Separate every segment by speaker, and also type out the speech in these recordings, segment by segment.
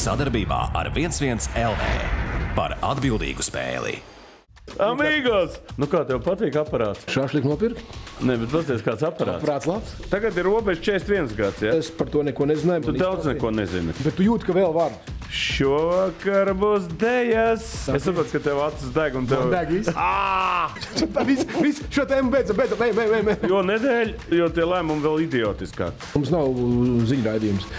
Speaker 1: Sadarbībā ar 11 LV par atbildīgu spēli.
Speaker 2: Amigos! Nu, kā tev patīk aparāts?
Speaker 3: Šāφλīgi nopirkt.
Speaker 2: Nē, bet paskatieties, kāds aparāts.
Speaker 3: Prāts labs.
Speaker 2: Tagad ir robeža 41 gads. Ja?
Speaker 3: Es par to neko nezināju.
Speaker 2: Tu
Speaker 3: man
Speaker 2: daudz
Speaker 3: īsti
Speaker 2: neko nezini.
Speaker 3: patīk. Bet tu jūti, ka vēl var.
Speaker 2: Šovakar būs dēļas. Es saprotu, ka tev acis deg un tev
Speaker 3: Deg viss. Tā viss, viss šo tēmu beidzam, beidzam, ej, ej, ej, ej.
Speaker 2: Jo nedēļa, jo tie lēmumi vēl idiotiskāk.
Speaker 3: Mums nav uh, ziņu raidījums.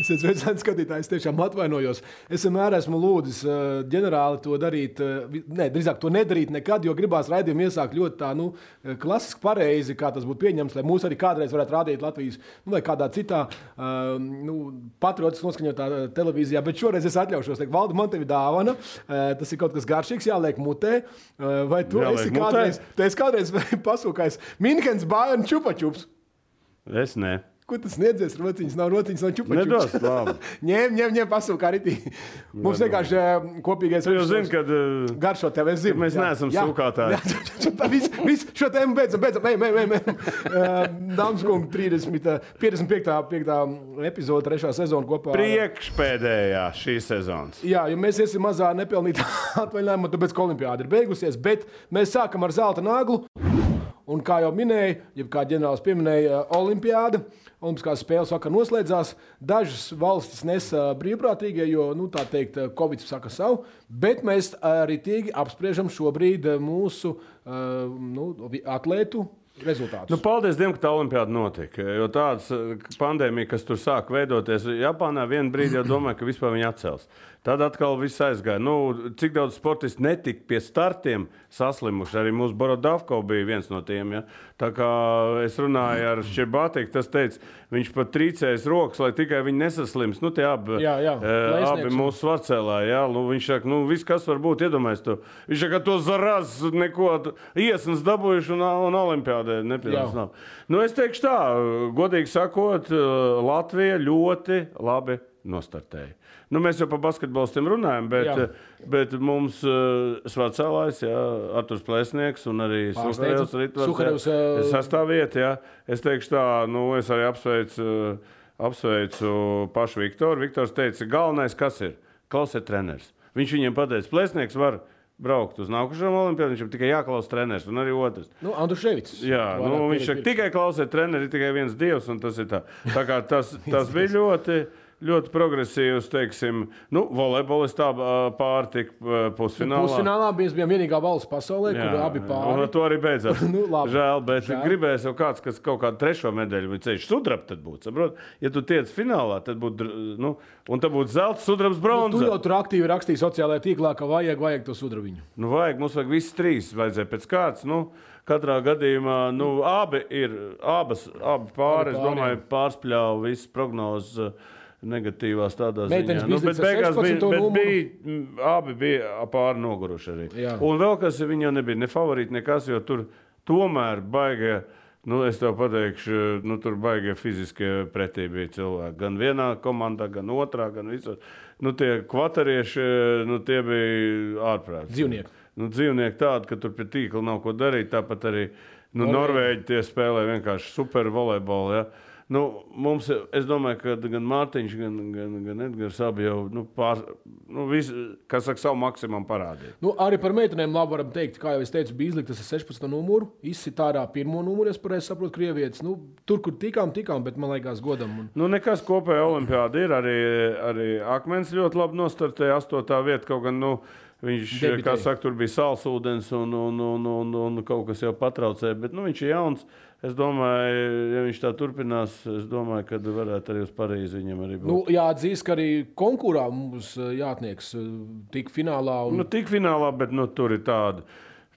Speaker 3: Esiet sveicināti, skatītāji. Es tiešām atvainojos. Es vienmēr esmu lūdzis uh, ģenerāli to darīt. uh, vi- Nē, drīzāk to nedarīt nekad, jo gribās raidījumu iesākt ļoti tā, nu, uh, klasiski pareizi, kā tas būtu pieņemts, lai mūs arī kādreiz varētu rādīt Latvijas, nu, vai kādā citā, uh, nu, patriotiski noskaņotā uh, televīzijā. Bet šoreiz es atļaušos, teikt, Valda, man tevi dāvana. Uh, tas ir kaut kas garšīgs, jāliek mutē. Uh, vai tu
Speaker 2: Jāliek
Speaker 3: esi
Speaker 2: mutē?
Speaker 3: kādreiz, tu esi kādreiz pasūkājis Minhenes bērnu čupačups?
Speaker 2: Es ne.
Speaker 3: Ko tas sniedzies? Rociņas nav rociņas, nav čūpaņas.
Speaker 2: Nedos, labi.
Speaker 3: ņem, ņem, ņem pasūkā arī. Mums vienkārši eh, kopīgais
Speaker 2: Tu jau zini, ka. Uh,
Speaker 3: Garšo tev, es zinu.
Speaker 2: mēs neesam sūkātāji.
Speaker 3: Viss vis, šo tēmu beidzam, beidzam. Ej, ej, ej, ej. Dāmas kungi, 30, eh, 55. 5. epizode, 3. sezona kopā. ar-
Speaker 2: Priekšpēdējā šīs sezonas.
Speaker 3: Jā, jo mēs iesim mazā nepelnītā atvaļinājumā, tāpēc, ka olimpiāda ir beigusies, bet mēs sākam ar zelta naglu. Un kā jau minēju, jau kā ģenerālis pieminēja, eh, olimpiāda, olimpiskās spēles vakar noslēdzās. Dažas valstis nesa brīvprātīgie, jo, nu, tā teikt, Covid saka savu, bet mēs arī tīri apspriežam šobrīd mūsu eh, nu, vi- atlētu rezultātus.
Speaker 2: Nu, paldies Dievam, ka tā olimpiāda notika. Jo tādas pandēmijas, kas tur sāk veidoties Japānā, vienā brīdī jau domāja, ka vispār viņi atcels. Tad atkal viss aizgāja. Nu, cik daudz sportistu netika pie startiem saslimuši? Arī mūsu Borodavko bija viens no tiem. Ja? Tā kā es runāju ar Šerbātiku, tas teica, viņš pat trīcējas rokas, lai tikai viņi nesaslims. Nu, tie abi,
Speaker 3: Jā, jā,
Speaker 2: eh,
Speaker 3: plēsnieks
Speaker 2: abi
Speaker 3: un-
Speaker 2: mūsu svarcelā. Jā, nu, viņš saka, nu, viss, kas var būt iedomājies, to. viņš saka, ka to zarazu neko t- iesnas dabūjuši un, un olimpiādē
Speaker 3: Jā.
Speaker 2: nepilnīgs nav. Nu, es teikšu tā, godīgi sakot, eh, Latvija ļoti labi nostartēja. Nu, mēs jau par basketbolistiem runājam,
Speaker 3: Jā.
Speaker 2: bet, eh, bet mums uh, svarcelājs, jā, Arturs Plēsnieks un arī
Speaker 3: Pārsteidza.
Speaker 2: Sukarevs Ritvars,
Speaker 3: Suharevs,
Speaker 2: jā,
Speaker 3: ā,
Speaker 2: sastāviet, jā. Es teikšu tā, nu, es arī apsveicu, apsveicu pašu Viktoru. Viktors teica, galvenais kas ir? Klausiet treneris. Viņš viņiem pateica, plēsnieks var braukt uz nākušajām olimpiādām, viņam tikai jāklausa treneris un arī otrs.
Speaker 3: nu Andruševits.
Speaker 2: Jā,
Speaker 3: Vairāk
Speaker 2: nu, viņš
Speaker 3: pieredzi
Speaker 2: saka, tikai klausās treneri, ir tikai viens dievs, un tas ir tā. Tā kā tas, tas bija ļoti. Ļoti progresīvs, teiksim, nu, volejbolis tā ā, pārtika ā, pusfinālā.
Speaker 3: Pusfinālā mēs bijām vienīgā valsts pasaulē,
Speaker 2: Jā,
Speaker 3: kur abi
Speaker 2: Un
Speaker 3: pāri.
Speaker 2: ar to arī beidzās.
Speaker 3: Nu, labi.
Speaker 2: Žēl, bet
Speaker 3: Žēl.
Speaker 2: Žēl. gribēs jau kāds, kas kaut kādu trešo medaļu vai ceļu sudrabu, tad būtu. Saprot? Ja tu tiec finālā, tad būtu, dr- nu, un tad būtu zelta, sudrabs,
Speaker 3: Nu, Tu
Speaker 2: bronza.
Speaker 3: jau tur aktīvi rakstīji sociālajā tīklā, ka vajag, vajag to sudrabiņu.
Speaker 2: Nu, vajag, mums vajag visas trīs. Vajadzēja pēc kārtas. Nu, katrā gadījumā nu, abi ir abas, abi pāri. Es
Speaker 3: pāri,
Speaker 2: domāju, pārspļāva visas prognozes. uh, Negatīvās tādā
Speaker 3: Meitenes
Speaker 2: ziņā. Nu, bet
Speaker 3: biznesa
Speaker 2: beigās bija,
Speaker 3: 16.
Speaker 2: bet
Speaker 3: numuru.
Speaker 2: bija, mm, abi bija pāri noguruši. Arī.
Speaker 3: Jā.
Speaker 2: Un vēl kas, viņi jau nebija ne favorīti, nekas, jo tur tomēr baigā, nu, es tev pateikšu, nu, tur baigā fiziskie pretī bija cilvēki. Gan vienā komandā, gan otrā, gan visur. Nu, tie kvaterieši, nu, tie bija ārprātīgi.
Speaker 3: Dzīvnieki.
Speaker 2: Nu, dzīvnieki tādi, ka tur pie tīkla nav ko darīt. Tāpat arī nu, Norvēģi tie spēlē vienkārši supervolejbolu. Ja? Nu, mums, es domāju, ka gan Mārtiņš, gan, gan, gan Edgars abi jau nu, pār, nu, visu, kas saka, savu maksimumu parādīja.
Speaker 3: Nu, arī par meitenēm labi varam teikt, kā jau es teicu, bija izlikta ar 16 numuru. Izsit ārā pirmo numuru, es pareizi saprotu, krievietis. Nu, tur, kur tikām, tikām, bet man liekas, godam. Un...
Speaker 2: Nu, nekas kopējā olimpiāda ir. Arī, arī akmens ļoti labi nostartēja astotā vieta, kaut gan nu, viņš,
Speaker 3: Debitēja.
Speaker 2: kā saka, tur bija sālsūdens un, un, un, un, un kaut kas jau patraucēja. Bet nu, viņš ir jauns. Es domāju, ja viņš tā turpinās, es domāju, ka varētu arī uz Parīzi viņam arī būt.
Speaker 3: Nu, jāatzīst, ka arī konkurā mums eh, jātnieks eh, tik finālā.
Speaker 2: Nu,
Speaker 3: Un...
Speaker 2: tik finālā, bet nu, tur ir tāda.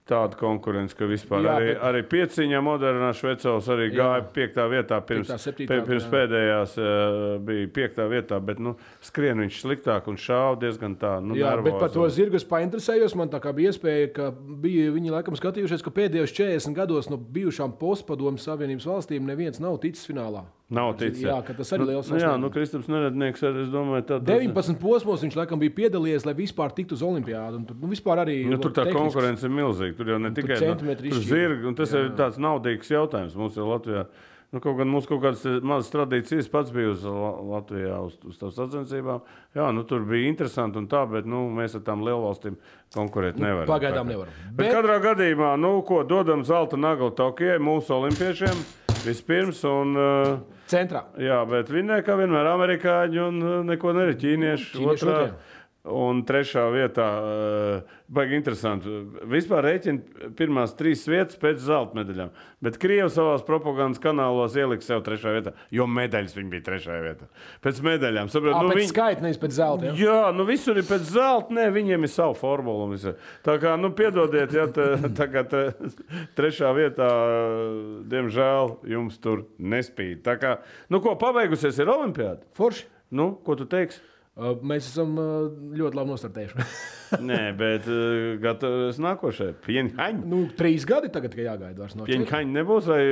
Speaker 2: Tāda konkurence, ka vispār jā,
Speaker 3: Jā,
Speaker 2: arī,
Speaker 3: bet-
Speaker 2: bet... arī pieciņā modernā Šveicēlis arī gāja piektā vietā. Pirms,
Speaker 3: Piektā, septītā,
Speaker 2: pie, pirms
Speaker 3: jā.
Speaker 2: pēdējās eh, bija piektā vietā, bet nu, skrien viņš sliktāk un šāva diezgan tā. Nu,
Speaker 3: Jā, bet par to
Speaker 2: nervozs.
Speaker 3: zirgu es painteresējos. Man tā kā bija iespēja, ka bija, viņi laikam skatījušies, ka pēdējos 40 gados no bijušām postpadomu savienības valstīm neviens nav ticis finālā.
Speaker 2: nav ticis.
Speaker 3: Jā, ka tas arī liels
Speaker 2: Nu, jā,
Speaker 3: sasniegums.
Speaker 2: nu, Kristaps Nerednieks arī, es domāju, tā.
Speaker 3: 19 posmos viņš laikam bija piedalījies, lai vispār tiktu uz olimpiādu. un Tur, nu, vispār arī,
Speaker 2: Nu, tur tā
Speaker 3: tehniski- Nu,
Speaker 2: konkurence ir milzīga. Tur jau ne tikai
Speaker 3: centimetri
Speaker 2: tur
Speaker 3: izšķiro.
Speaker 2: zirga, un tas jā. ir tāds naudīgs jautājums mums ir Latvijā. Nu, kaut gan mums kaut kādas eh, mazas tradīcijas pats bija uz La- Latvijā, uz, uz tām sacensībām. Jā, nu, tur bija interesanti un tā, bet nu, mēs ar tām lielvalstīm konkurēt nevaram.
Speaker 3: Nu, pagaidām
Speaker 2: Tā kā.
Speaker 3: nevaram.
Speaker 2: Bet...
Speaker 3: Bet-
Speaker 2: Bet katrā gadījumā, nu, ko dodam zelta nagla Tokijai, mūsu olimpiešiem vispirms. Un, eh,
Speaker 3: Centrā.
Speaker 2: jā, bet vinnēja kā vienmēr amerikāņi un eh, neko neredzēja ķīnieši.
Speaker 3: Ķīnieši
Speaker 2: otrā.
Speaker 3: otrajā.
Speaker 2: Un trešā vietā, eh, baigi interesanti. Vispār rēķina pirmās trīs vietas pēc zelta medaļām. Bet Krievija savā propagandas kanālos ielika sev trešajā vietā, jo medaļas viņa bija trešajā vietā. Pēc medaļām, saprotiet,
Speaker 3: Nu,
Speaker 2: nu,
Speaker 3: pēc
Speaker 2: viņi-
Speaker 3: viņa... skaita, nevis pēc zelta. Ja?
Speaker 2: Jā, nu visur ir pēc zelta. Nē, viņiem ir sava formula. un visa. Tā kā, nu, piedodiet, ja tā, tā kā tā, trešā vietā, diemžēl, jums tur nespīd. Tā kā, nu, ko pabeigusies ir olimpiāda?
Speaker 3: Forši.
Speaker 2: Nu, ko tu teiksi?
Speaker 3: Uh, Mēs esam uh, ļoti labi nostartējuši.
Speaker 2: Nē, bet uh, gatavs nākošajai. Pieņhaņa.
Speaker 3: nu, trīs gadi tagad, kad jāgaida vairs no četriem.
Speaker 2: Pieņhaņa nebūs vai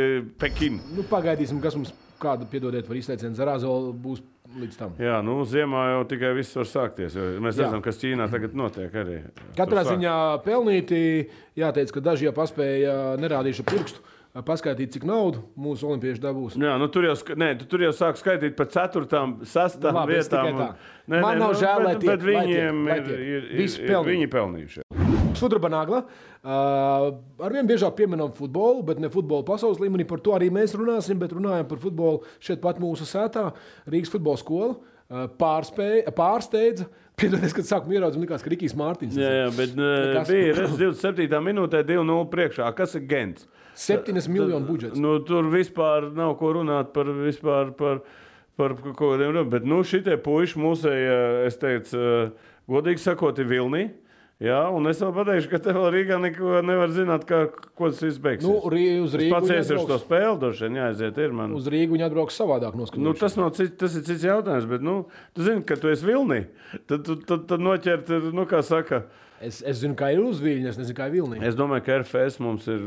Speaker 2: Pekina?
Speaker 3: Nu, pagaidīsim, kas mums kādu piedodiet par izteicienu Zarāzola būs līdz tam.
Speaker 2: Jā, nu, ziemā jau tikai viss var sākties. jo Mēs Jā.
Speaker 3: Jā.
Speaker 2: redzam, kas Ķīnā tagad notiek arī.
Speaker 3: Katrā
Speaker 2: Tur sāk-
Speaker 3: ziņā pelnīti jāteic, ka daži jau paspēja nerādīšu pirkstu, paskaidrot, cik naudu mūsu olimpieši dabūs.
Speaker 2: Jā, nu tur jau, sk- nē, tu tur jau sāk skaitīt par 4, 6
Speaker 3: Nu, labi,
Speaker 2: vietām.
Speaker 3: es tikai
Speaker 2: un- nu,
Speaker 3: tā. Man nav žēl, lai
Speaker 2: bet,
Speaker 3: tiek,
Speaker 2: bet
Speaker 3: lai tiek,
Speaker 2: viņiem
Speaker 3: lai
Speaker 2: ir,
Speaker 3: tiek.
Speaker 2: ir, ir,
Speaker 3: Visi
Speaker 2: ir
Speaker 3: pelnīja.
Speaker 2: viņi pelnījušie.
Speaker 3: Sudraba nagla. Uh, arvien biežāk pieminam futbolu, bet ne futbolu pasaules līmenī. Par to arī mēs runāsim, bet runājam par futbolu šeit pat mūsu sētā. Rīgas futbola skola uh, pārspēja, pārsteidza. Piedodies, kad sākumā ieraudzījām, likās, ka Rikijs Mārtiņš
Speaker 2: Jā, jā, bet
Speaker 3: Nekas.
Speaker 2: Nekas. bija redz, 27. minūtē 2-0 priekšā. Kas ir Gens?
Speaker 3: ir 7 miljonu budžets.
Speaker 2: Nu, tur vispār nav ko runāt par vispār par. Par kaut kādiem runām, bet nu, šitie puiši mūsēji, eh, es teicu, godīgi sakot, ir vilni. Jā, un es vēl pateikšu, ka te vēl Rīgā neko nevar zināt, kā, ko tas viss beigsies.
Speaker 3: Nu, rī, uz
Speaker 2: Es
Speaker 3: Rīgas
Speaker 2: Pacietiešu to spēli, droši vien jāaiziet. Ir, man.
Speaker 3: Uz Rīgu viņi atbrauks savādāk
Speaker 2: Nu,
Speaker 3: noskatīties.
Speaker 2: tas, nav, cits- tas ir cits jautājums, bet, nu, tu zini, ka tu esi vilni. Tad, tad, tad, tad noķert, ir, nu, kā saka,
Speaker 3: Nu, es, es zinu, kā ir uz Viļņa, es nezinu, kā ir Vilnius.
Speaker 2: es domāju, ka RFS mums ir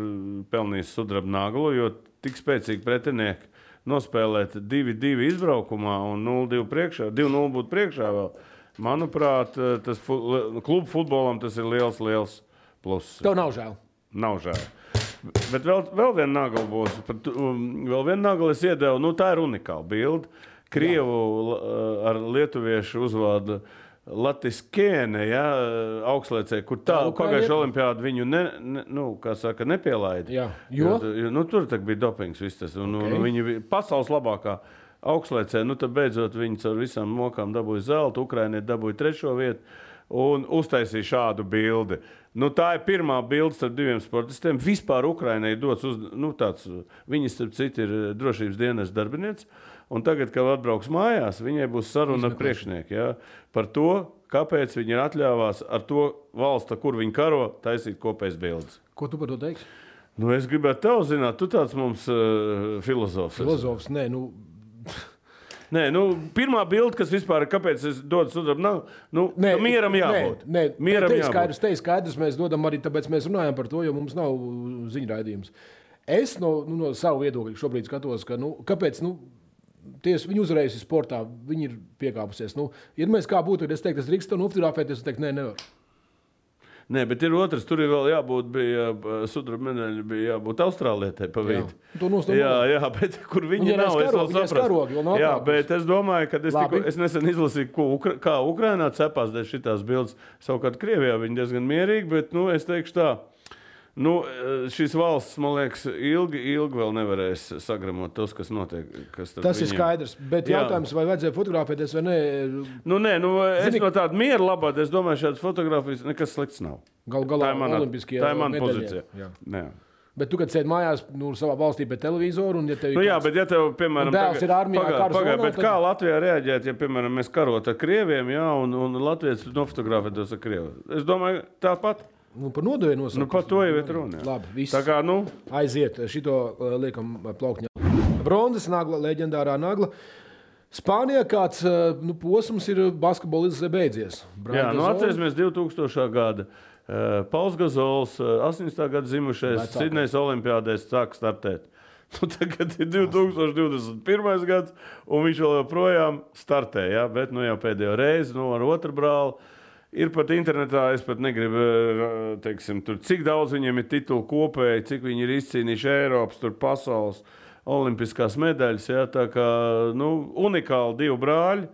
Speaker 2: pelnījis sudraba naglu, jo tik spēcīgi pretinieki nospēlēt 2-2 izbraukumā un 0-2 priekšā, 2-0 būtu priekšā vēl. Manuprāt, tas fu klubu futbolam tas ir liels, liels pluss.
Speaker 3: Tev nav žēl.
Speaker 2: Nav žēl. Bet vēl, vēl viena nagla būs. Par tu- um, Vēl viena nagla es iedevu. Nu, tā ir unikāla bilde. Krievu la- ar lietuviešu uzvārdu Latvijas kēne, ja, augstlaicē, kur
Speaker 3: Tā, nu,
Speaker 2: tālu
Speaker 3: kā
Speaker 2: pagājušajā
Speaker 3: Lietuva.
Speaker 2: olimpiādu viņu ne, ne, nu, kā saka, nepielaida.
Speaker 3: Jā, jo?
Speaker 2: jo nu, tur tak bija dopings. viss Tas, un, okay.
Speaker 3: Ok.
Speaker 2: un, viņi bija pasaules labākā augstlaicē. Nu, tad beidzot viņi ar visām mokām dabūja zelta, Ukraiņai dabūja trešo vietu un uztaisīja šādu bildi. Nu, tā ir pirmā bilde starp diviem sportistiem. Vispār Ukraiņai dots uz, nu, tāds, viņa starp citu ir eh, drošības dienas darbinieks. Un tagad, kad atbrauks mājās, viņai būs saruna ar priekšnieku ja, par to, kāpēc viņi ir atļāvās ar to valsti, kur viņi karo, taisīt kopējas bildes.
Speaker 3: Ko tu par to teiksi?
Speaker 2: Nu, es gribētu tevi zināt, tu tāds mums uh, filozofs. esi.
Speaker 3: Filozofs, nē, nu,
Speaker 2: Nē, nu, pirmā bilde, kas vispār ir, kāpēc es dodu sudrabu, nav. Nu,
Speaker 3: nē,
Speaker 2: nē, mieram jābūt.
Speaker 3: Nē, nē
Speaker 2: mieram
Speaker 3: te ir
Speaker 2: jābūt.
Speaker 3: skaidrs, te ir skaidrs. Mēs dodam arī, tāpēc mēs runājam par to, jo mums nav ziņraidījums. Es no, nu, no sava viedokļa šobrīd skatos, ka, nu, kāpēc, nu, Tiesa, viņa uzvarējusi sportā, viņa ir piekāpusies. Nu, ja mēs kā būtu, tad es teiktu, es drīkstu to nofotografēties, un teikt, nē, nevaru.
Speaker 2: Nē, bet ir otrs, tur ir vēl jābūt, bija eh, sudraba medaļa, bija jābūt Austrālijai pa vidu.
Speaker 3: To nostāju
Speaker 2: Jā, jā, bet kur viņi
Speaker 3: Viņai
Speaker 2: ir?
Speaker 3: nav karogi, viņai karogi vēl nav
Speaker 2: Jā,
Speaker 3: atrāpusi.
Speaker 2: bet es domāju, ka es,
Speaker 3: Labi.
Speaker 2: tiku, es nesen izlasīju, ko Ukra kā Ukrainā cepās dēļ šitās bildes. Savukārt Krievijā viņi diezgan mierīgi, bet nu, es teikšu tā. Nu, eh, šīs valsts, man liekas, ilgi, ilgi vēl nevarēs sagramot tos, kas notiek. Kas starp
Speaker 3: Tas ir
Speaker 2: viņiem.
Speaker 3: skaidrs. Bet
Speaker 2: Jā.
Speaker 3: jautājums, vai vajadzēja fotografēties vai nē,
Speaker 2: Nu, nē, nu, es
Speaker 3: Zini-
Speaker 2: Zini... no tāda miera labā, es domāju, šādas fotogrāfijas nekas slikts nav.
Speaker 3: galu galā
Speaker 2: Tā ir mana,
Speaker 3: olimpiskajā
Speaker 2: tā ir mana
Speaker 3: medaļā.
Speaker 2: pozīcija.
Speaker 3: Jā.
Speaker 2: Jā.
Speaker 3: Bet tu, kad sēdi mājās, nu, savā valstī pie televizora, un ja tev ir
Speaker 2: Nu, jā,
Speaker 3: kāds-
Speaker 2: bet, ja tev, piemēram,
Speaker 3: Un dēls
Speaker 2: tagad-
Speaker 3: ir armijā,
Speaker 2: pagaid,
Speaker 3: kara
Speaker 2: pagaid,
Speaker 3: zonā,
Speaker 2: bet
Speaker 3: tad-
Speaker 2: kā Latvijā reaģēt, ja, piemēram, mēs karot ar krieviem, jā, un, un Latvijas nofotografētos ar krieviem? Es domāju, tāpat.
Speaker 3: nu, par nodevu nosaukt.
Speaker 2: Nu, par to jau ir runa. jā.
Speaker 3: Labi, viss.
Speaker 2: Tā kā, nu,
Speaker 3: aiziet. Šito eh, liekam eh, plaukņā. Bronzas nagla, leģendārā nagla. Spānijā kāds eh, nu, posms ir basketbolis beidzies.
Speaker 2: jā,
Speaker 3: Brian
Speaker 2: nu
Speaker 3: Gazola,
Speaker 2: atcerēsimies 2000. gada. Uh, Pauls Gazols, uh, 80. gada zimušais,
Speaker 3: Vecākais.
Speaker 2: Sidnejas Olimpijādē sāk startēt. Nu, tagad ir 2021. gads, un viņš vēl joprojām startē. Ja? Bet nu, jau pēdējo reizi nu, ar otru brāli. Ir pat internetā, es pat negribu, eh, teiksim, tur, cik daudz viņiem ir titulu kopēji, cik viņi ir izcīnījuši Eiropas, tur pasaules. olimpiskās medaļas. Jā, tā kā nu, unikāli divi brāļi.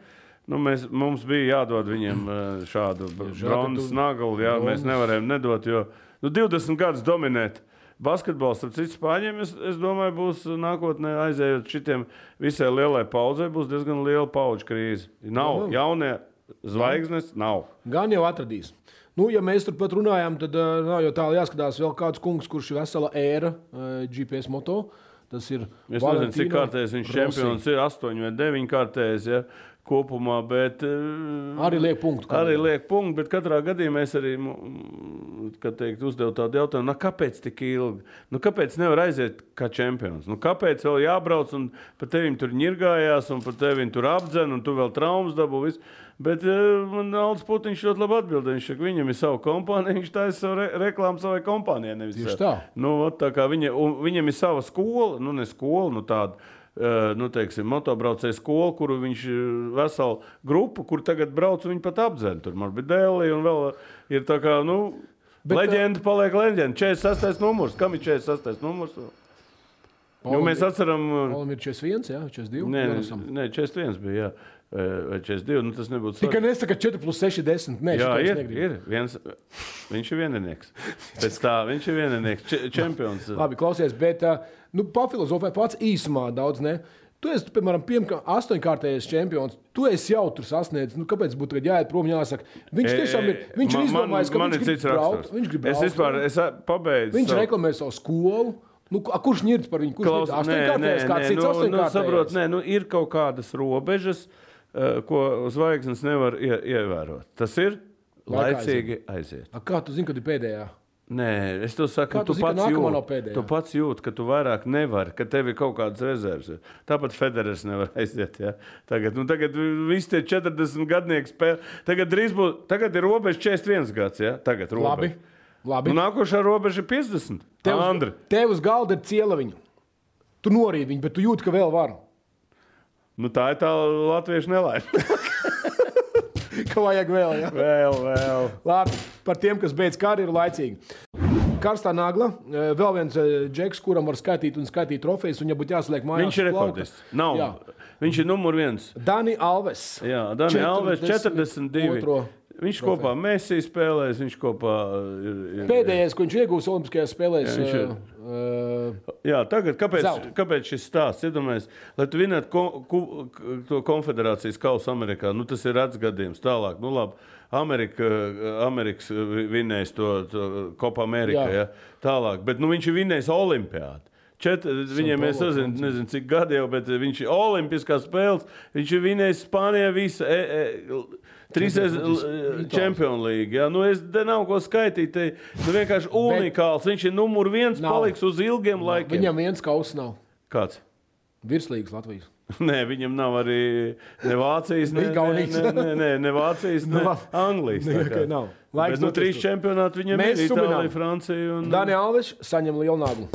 Speaker 2: Nu, mēs, mums bija jādod viņiem eh, šādu
Speaker 3: šādu
Speaker 2: bronzas
Speaker 3: tu-
Speaker 2: naglu. Jā, mēs
Speaker 3: bronzas.
Speaker 2: nevarējām nedot, jo nu, 20 gadus dominēt. Basketbols ar citu spāņiem, es, es domāju, būs nākotnē, aizējot šitiem visai lielai paudzei, būs diezgan liela paudžu krīze. Nav jaunie zvaigznes, nav.
Speaker 3: Gan jau atradīs. Nu, ja mēs tur pat runājam, tad ā, nav jau tālu jāskatās. Vēl kāds kungs, kurš ir vesela ēra eh, ā, GPS moto. Tas ir.
Speaker 2: Es nezinu, cik
Speaker 3: Valentino
Speaker 2: kārtēs viņš
Speaker 3: Rossi.
Speaker 2: čempions ir, astoņi vai deviņi kārtēs ja, kopumā, bet eh,
Speaker 3: Arī liek punktu.
Speaker 2: Arī
Speaker 3: kādam.
Speaker 2: liek punktu, bet katrā gadījumā es arī mm, kā teikt, uzdevu tādu jautājumu, nu, kāpēc tik ilgi? Nu, kāpēc nevar aiziet kā čempions? Nu, kāpēc vēl jābrauc un par tevi tur ņirgājās un par tevi tur apdzen un tu vēl traumas dabū? Visu? Bet eh, man Aldis Putiņš ļoti labi atbildēja. Viņš saka, viņam ir sava kompānija, viņš taisa savu re reklāmu savai kompānijai. nevis
Speaker 3: Tieši
Speaker 2: sev.
Speaker 3: tā.
Speaker 2: Nu, vot tā kā viņa, un viņam ir sava skola, nu, ne skola, nu, tāda. eh, Nu, teiksim, motobraucēju skolu, kuru viņš ir veselu grupu, kur tagad brauc, viņi pat apdzen. Tur Morbidēlī un vēl eh, ir tā kā, nu,
Speaker 3: Bet, eh,
Speaker 2: leģenda paliek leģenda. 46. numurs, kam ir 46. numurs? Jo
Speaker 3: Paulam
Speaker 2: Nu, mēs
Speaker 3: ir-
Speaker 2: atceram, eh,
Speaker 3: Paulam ir 41, jā, 42.
Speaker 2: nē,
Speaker 3: Jonasam.
Speaker 2: nē, 41 bija, jā, eh, vai 42, nu tas nebūtu
Speaker 3: Tikai
Speaker 2: svarīgi.
Speaker 3: nesaka 4 plus 6, 10. Nē,
Speaker 2: Jā,
Speaker 3: šito es
Speaker 2: ir,
Speaker 3: negribu.
Speaker 2: ir viens, viņš ir vieninieks. Pēc tā, viņš ir vieninieks, če- čempions.
Speaker 3: Labi, klausies, bet ā, nu, pafilozofē pats īsumā daudz. Ne? Tu esi, piemēram, pirmkār- astoņkārtējais čempions. Tu esi jau tur sasniedzis. Nu, kāpēc būtu tagad jāiet prom un jāsaka? Viņš tiešām ir. Viņš ir izdomājis, ka
Speaker 2: E, man
Speaker 3: viņš
Speaker 2: ir
Speaker 3: grib
Speaker 2: cits
Speaker 3: braukt.
Speaker 2: raksturs.
Speaker 3: Viņš
Speaker 2: es
Speaker 3: grib braukt.
Speaker 2: vispār es a- pabeidzu.
Speaker 3: Viņš
Speaker 2: savu-
Speaker 3: reklamē savu skolu. Nu, ku- a, kurš ir par viņu? Kurš
Speaker 2: Klaus-
Speaker 3: ir astoņkārtējis? Kāds cits
Speaker 2: nu, nu,
Speaker 3: astoņkārtējis?
Speaker 2: saprot, nē, nu, ir kaut kādas robežas, eh, ko zvaigznes nevar ie, ievērot. Tas ir
Speaker 3: Laikā
Speaker 2: laicīgi aiziet.
Speaker 3: A, kā tu zini, kad ir pēdējā?
Speaker 2: Nē, es to saku,
Speaker 3: Kā tu
Speaker 2: tu,
Speaker 3: zini, ka
Speaker 2: pats
Speaker 3: nākamā
Speaker 2: jūt,
Speaker 3: nav pēdējā?
Speaker 2: tu pats jūti, ka tu vairāk nevari, ka tev ir kaut kādas rezerves. Tāpat Federers nevar aiziet. Ja? Tagad, nu, tagad visi tie 40 gadnieki spēlē. Tagad, drīz būs- tagad ir robeža 41 gads. Ja? Tagad
Speaker 3: Labi.
Speaker 2: robeža.
Speaker 3: labi.
Speaker 2: Nu, nākošā robeža ir 50.
Speaker 3: Tev uz-
Speaker 2: Andri,
Speaker 3: Tev uz galda ir cieliņa. Tu norīdi viņu, bet tu jūti, ka vēl var.
Speaker 2: nu, tā ir tā latviešu nelaime.
Speaker 3: Ka vajag vēl. Ja?
Speaker 2: vēl, vēl.
Speaker 3: Labi, par tiem, kas beidz karjeru laicīgi. Karstā nagla, eh, vēl viens eh, džeks, kuram var skaitīt un skaitīt trofejas, un, ja būtu jāsliek mājās,
Speaker 2: Viņš ir
Speaker 3: uz plauka.
Speaker 2: rekordists. Nav.
Speaker 3: Jā.
Speaker 2: Viņš ir numur viens.
Speaker 3: Dani Alves.
Speaker 2: Jā, Daniels Alves 42.
Speaker 3: Otro.
Speaker 2: Viņš kopā Mēsī spēlēs, viņš kopā ir. ir
Speaker 3: Pēdējais, ko viņš iegūs Olimpiskajās spēlēs, e,
Speaker 2: Jā, viņš ir.
Speaker 3: ir.
Speaker 2: Jā, tagad, kāpēc,
Speaker 3: Zelta.
Speaker 2: kāpēc šis stāsts? Iedomājieties, lai tu vinētu ko, ku, k- to konfederācijas kausu Amerikā, nu, tas ir atgadījums. Tālāk, nu, labi, Amerika, Amerikas vi- vinējis to, to Copa Amerikā.
Speaker 3: Jā.
Speaker 2: Ja? Tālāk, bet nu, viņš ir vinējis Olimpiādu. Čet, viņiem ir sazināts, nezinu, cik gadi jau, bet viņš ir Olimpiskās spēles. Viņš ir vinējis Spānijā visu. E, e, Trīsreiz e, čempionu līniju. Ja? Nu, es te nav ko skaitīt. Te, nu, vienkārši unikāls. Viņš ir numur viens,
Speaker 3: Nav.
Speaker 2: paliks uz ilgiem laikiem.
Speaker 3: Viņam viens kauss nav.
Speaker 2: Kāds?
Speaker 3: Virslīgs Latvijas.
Speaker 2: Nē, viņam nav arī ne Vācijas, ne,
Speaker 3: Bija
Speaker 2: ne,
Speaker 3: Gaunīgs.
Speaker 2: ne, ne, ne, ne Vācijas, ne
Speaker 3: Nu,
Speaker 2: Anglijas. tā
Speaker 3: ne,
Speaker 2: kā.
Speaker 3: nav. Laiks
Speaker 2: Bet, nu,
Speaker 3: noties
Speaker 2: trīs
Speaker 3: tur.
Speaker 2: čempionāti viņam
Speaker 3: Mēs
Speaker 2: ir
Speaker 3: suminām.
Speaker 2: Itālija, Francija un
Speaker 3: Dani Alves saņem lielu naglu.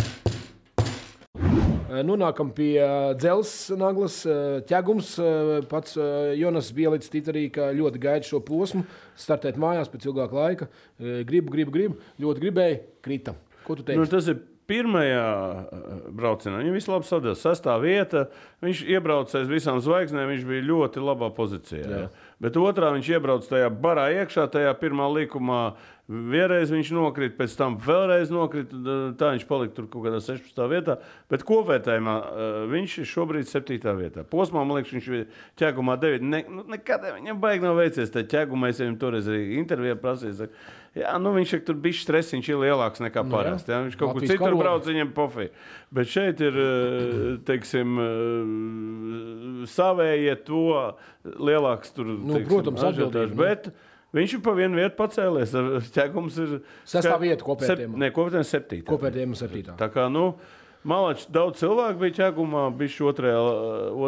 Speaker 3: Eh, Nonākam pie dzelzceļa naglas eh, ķegums. Eh, Pats eh, Jonas Bielits tic arī, ka ļoti gaida šo posmu. Startēt mājās pēc ilgāka laika. Eh, Gribu, gribu, gribu. Ļoti gribēju, krita. Ko tu
Speaker 2: Nu,
Speaker 3: teici?
Speaker 2: tas ir pirmajā eh, braucienā. Viņam viss labi sadalījās. Sestā vieta. Viņš iebrauca aiz visām zvaigznēm. Viņš bija ļoti labā pozīcijā. Jā. Bet otrā viņš iebrauca tajā barā iekšā, tajā pirmā līkumā. Vienreiz viņš nokrita, pēc tam vēlreiz nokrita. d- Tā viņš palika tur kaut kādā 16. vietā. Bet kopvērtējumā eh, viņš ir šobrīd 7. vietā. Posmā, man liekas, viņš ir ķēgumā 9. Ne, nu, nekad viņam baigi nav veicies. Tad ķēgumā es viņam toreiz arī intervijā prasīju. saka, Jā, nu viņš ir tur bijis stress, viņš ir lielāks nekā parasti. Nu, Jā, viņš kaut kur
Speaker 3: Latvijas
Speaker 2: citur
Speaker 3: karoga.
Speaker 2: brauc, viņam pofī. Bet šeit ir, eh, teiksim, eh, savējie to lielāks tur, nu,
Speaker 3: protams, atbildība, nu.
Speaker 2: Bet viņš ir pa vienu vietu pacēlies. ar- Ķegums ir...
Speaker 3: Sestā
Speaker 2: skat-
Speaker 3: vieta kopējiem.
Speaker 2: Sep, ne, kopējiem septītā.
Speaker 3: Kopējiem septītā.
Speaker 2: Tā kā, nu, Malači daudz cilvēku bija ķēgumā, bija otrajā,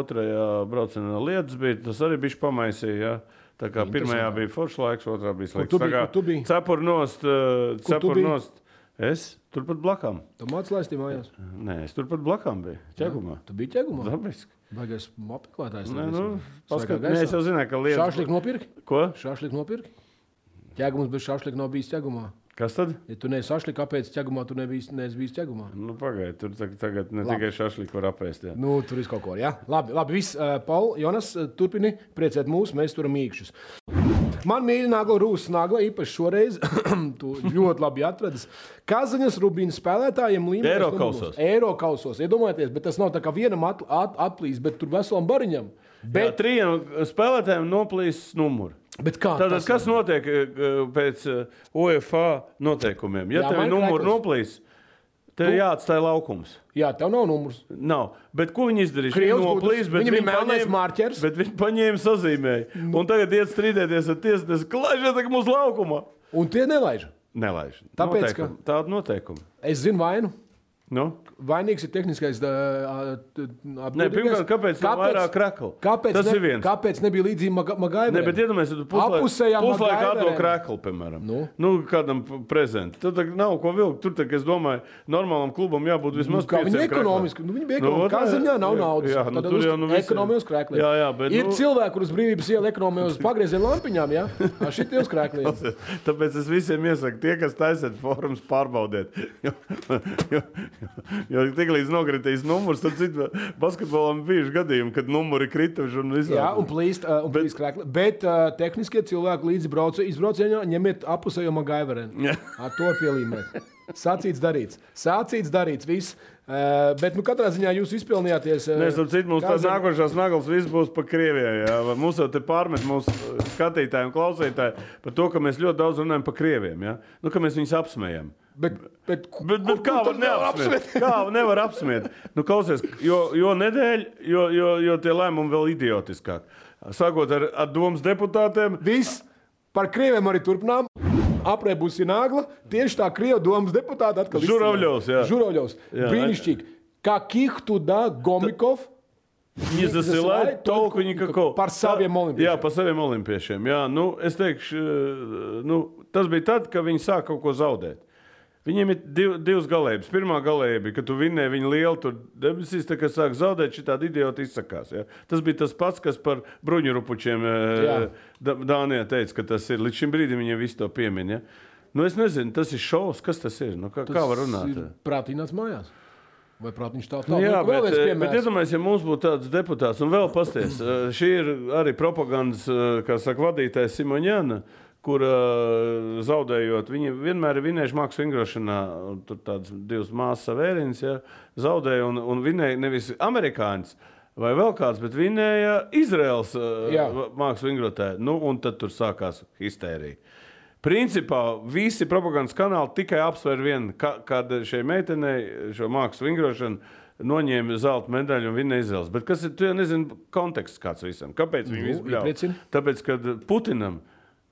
Speaker 2: otrajā braucienā lietas, bija, tas arī bija pamaisījis. Ja? Tā kā pirmajā bija foršs laiks, otrā bija slikts.
Speaker 3: tu biji, kur tu biji?
Speaker 2: Cepurnost,
Speaker 3: tu biji?
Speaker 2: cepurnost. Es turpat blakām.
Speaker 3: Tu mācījies laistīt mājās.
Speaker 2: Nē, es turpat blakām biju. Ķēgumā.
Speaker 3: Tu biji ķegumā.
Speaker 2: Dabiski.
Speaker 3: Baigais apmeklētājs.
Speaker 2: Nē,
Speaker 3: tad
Speaker 2: nu,
Speaker 3: esmu.
Speaker 2: paskat, nē,
Speaker 3: Svaigā
Speaker 2: es
Speaker 3: gaisā.
Speaker 2: jau zināju, ka lietas.
Speaker 3: Šāšlik nopirki?
Speaker 2: Ko?
Speaker 3: Šāšlik nopirki? Ķegums bez šāšlika nav bijis ķegumā.
Speaker 2: Kas tad?
Speaker 3: Ja tu neesi sašķi, kāpēc ķegumā tu nebija, neesi bijis ķegumā?
Speaker 2: Nu, Pagaidiet, tur tag- tagad ne tikai šāφlīku var apēst. Jā.
Speaker 3: Nu, tur viss kaut ko ir. Ja? Labi, labi viss, uh, Paul, Jonas, uh, turpini priecēt mūs, mēs turam mīkšķus. Man mīļā nagla, rūsas nagla, īpaši šoreiz, tu ļoti labi atradis. Kazaņas rubīna spēlētājiem līmenī.
Speaker 2: Eiro kausos.
Speaker 3: Eiro kausos, iedomājieties, bet tas nav tā kā vienam at, at, aplīs, bet tur veselam bariņam.
Speaker 2: Bet
Speaker 3: Bet,
Speaker 2: trījiem spēlētājiem noplīs numuru.
Speaker 3: bet kā?
Speaker 2: Tātad,
Speaker 3: tas ir?
Speaker 2: kas notiek e, e, pēc e, UEFA noteikumiem? Ja
Speaker 3: Jā,
Speaker 2: tev
Speaker 3: Mike
Speaker 2: numurs
Speaker 3: Michaels.
Speaker 2: noplīs, tev jāatstāj laukums.
Speaker 3: Jā, tev nav numurs.
Speaker 2: Nav. Bet ko viņi izdarīja?
Speaker 3: Krievs
Speaker 2: Viņi noplīs,
Speaker 3: būtu-
Speaker 2: bet
Speaker 3: viņam ir
Speaker 2: viņi
Speaker 3: melnais Nu.
Speaker 2: paņēma-
Speaker 3: marķers.
Speaker 2: Bet viņi paņēma sazīmēju. Un tagad iet strīdēties ar tiesnesi, klaižiet tagad mūsu laukumā.
Speaker 3: Un tie nelaiž.
Speaker 2: Nelaiž.
Speaker 3: Tāpēc, ka-
Speaker 2: Noteikumi. Tāda noteikuma.
Speaker 3: Es zinu vainu.
Speaker 2: Nu?
Speaker 3: Vainīgs ir tehniskais
Speaker 2: Nē,
Speaker 3: apgabals.
Speaker 2: pirmkārt, kāpēc nav vairāk kreklu?
Speaker 3: Kāpēc,
Speaker 2: Tas
Speaker 3: ne,
Speaker 2: ir viens.
Speaker 3: kāpēc nebija līdzīga Magaiva?
Speaker 2: Nē, bet iedomājieties, ja tu puslaikā
Speaker 3: Apusējām
Speaker 2: puslaik
Speaker 3: ar
Speaker 2: atdod
Speaker 3: gaiverēm.
Speaker 2: krēklu, piemēram. Nu?
Speaker 3: Nu?
Speaker 2: Nu, kādam p- prezentu. Tad tak nav ko vilkt. Tur, tak, es domāju, normālam klubam jābūt vismaz
Speaker 3: kā viņi
Speaker 2: pieciem
Speaker 3: ekonomiski-
Speaker 2: krēkliem.
Speaker 3: nu, viņi bija ekonomiski-
Speaker 2: otrā-
Speaker 3: Kazaņā nav
Speaker 2: jā,
Speaker 3: naudas.
Speaker 2: Jā, nu,
Speaker 3: Tad
Speaker 2: tur
Speaker 3: uz
Speaker 2: jau nu visi-
Speaker 3: ekonomijos krēkliem.
Speaker 2: Jā, jā, bet.
Speaker 3: Ir
Speaker 2: nu,
Speaker 3: cilvēki, kurus brīvības iela ekonomē uz pagrieziena lampiņām, ja? Ar šitiem uz krēkliem.
Speaker 2: Tāpēc es visiem iesaku, tie, kas taisiet formas, pārbaudiet. Jo, jo, jo tiklīdz nokritīs numurs, tad citu basketbolam bijuši gadījumi, kad numuri krituši un visādi.
Speaker 3: Jā, un plīst, uh, un plīst krēkli. Bet uh, tehniskie cilvēki līdzi brauca izbraucienā, ņemiet apusējo magaiverenu.
Speaker 2: Jā.
Speaker 3: Ar to pielīmēt. Sācīts darīts. Sācīts darīts viss. Uh, bet, nu, katrā ziņā jūs izpelnījāties. Uh,
Speaker 2: Nē, starp citu, mums tās
Speaker 3: Kazaņ-
Speaker 2: nākošās naglas viss būs par Krievijai. jā. Vai Mums jau te pārmet mūsu skatītājiem, klausītājiem par to, ka mēs ļoti daudz runājam par Krieviem. jā. Nu, ka mēs viņus apsmējam.
Speaker 3: Bet, bet, ku-
Speaker 2: Bet, bet
Speaker 3: ku-
Speaker 2: kā var
Speaker 3: kur tad
Speaker 2: neapsvērt? Kā nevar apsvērt? Nu, klausies, jo, jo nedēļ, jo, jo, jo tie lēmumi vēl idiotiskāk. Sākot ar, ar domas deputātiem,
Speaker 3: Viss par krieviem arī turpinām. Aprē būs īņāgla. Tieši tā, Krievijas domas deputāte atkal
Speaker 2: Žuravļovs, jā.
Speaker 3: Žuravļovs.
Speaker 2: Jā,
Speaker 3: Brīnišķīgi. Kā Kihtu da Gomikov.
Speaker 2: viņi zasilēja tolku nikako.
Speaker 3: Par saviem
Speaker 2: Jā,
Speaker 3: olimpiešiem.
Speaker 2: par saviem olimpiešiem. Jā, nu, es teikšu, nu, tas bija tad, kad viņi sāk kaut ko zaudēt. Viņiem ir div, divas galējības. Pirmā galējība, ka tu vinnēji viņu lielu, tur debesīs, tā kā sāk zaudēt, šī tāda idiota izsakās. Ja? Tas bija tas pats, kas par bruņurupučiem
Speaker 3: Jā.
Speaker 2: Dānijā teica, ka tas ir. Līdz šim brīdim viņi visu to piemin. Ja? Nu, es nezinu, tas ir šovs, kas tas ir. Nu, kā, tas kā var runāt? Ir...
Speaker 3: Prātīnāts mājās. Vai prātīņš tā
Speaker 2: Nu,
Speaker 3: tālāk?
Speaker 2: Jā, bet, eh, bet
Speaker 3: piemērs.
Speaker 2: iedomājieties, ja mums būtu tāds deputāts, un vēl pasties, eh, šī ir arī propagandas eh, kā saka, vadītāja Simoņana, kur eh, zaudējot, viņi vienmēr ir vinējuši mākslas vingrošanā, un tur tādas divas māsas vērienas, ja, zaudēja un, un vinēja nevis amerikāņus. Vai vēl kāds, bet vinēja Izraels eh,
Speaker 3: Jā.
Speaker 2: mākslas vingrotāju. Nu, un tad tur sākās histērija. Principā visi propagandas kanāli tikai apsver vienu, ka, kad šai meitenei šo mākslas vingrošanu noņēma zelta medaļu un viņa izvēles. Bet kas ir, tu jau nezini, konteksts kāds visam. Kāpēc viņi
Speaker 3: Nu,
Speaker 2: izvēlējās?
Speaker 3: iepriecina.
Speaker 2: Tāpēc, kad Putinam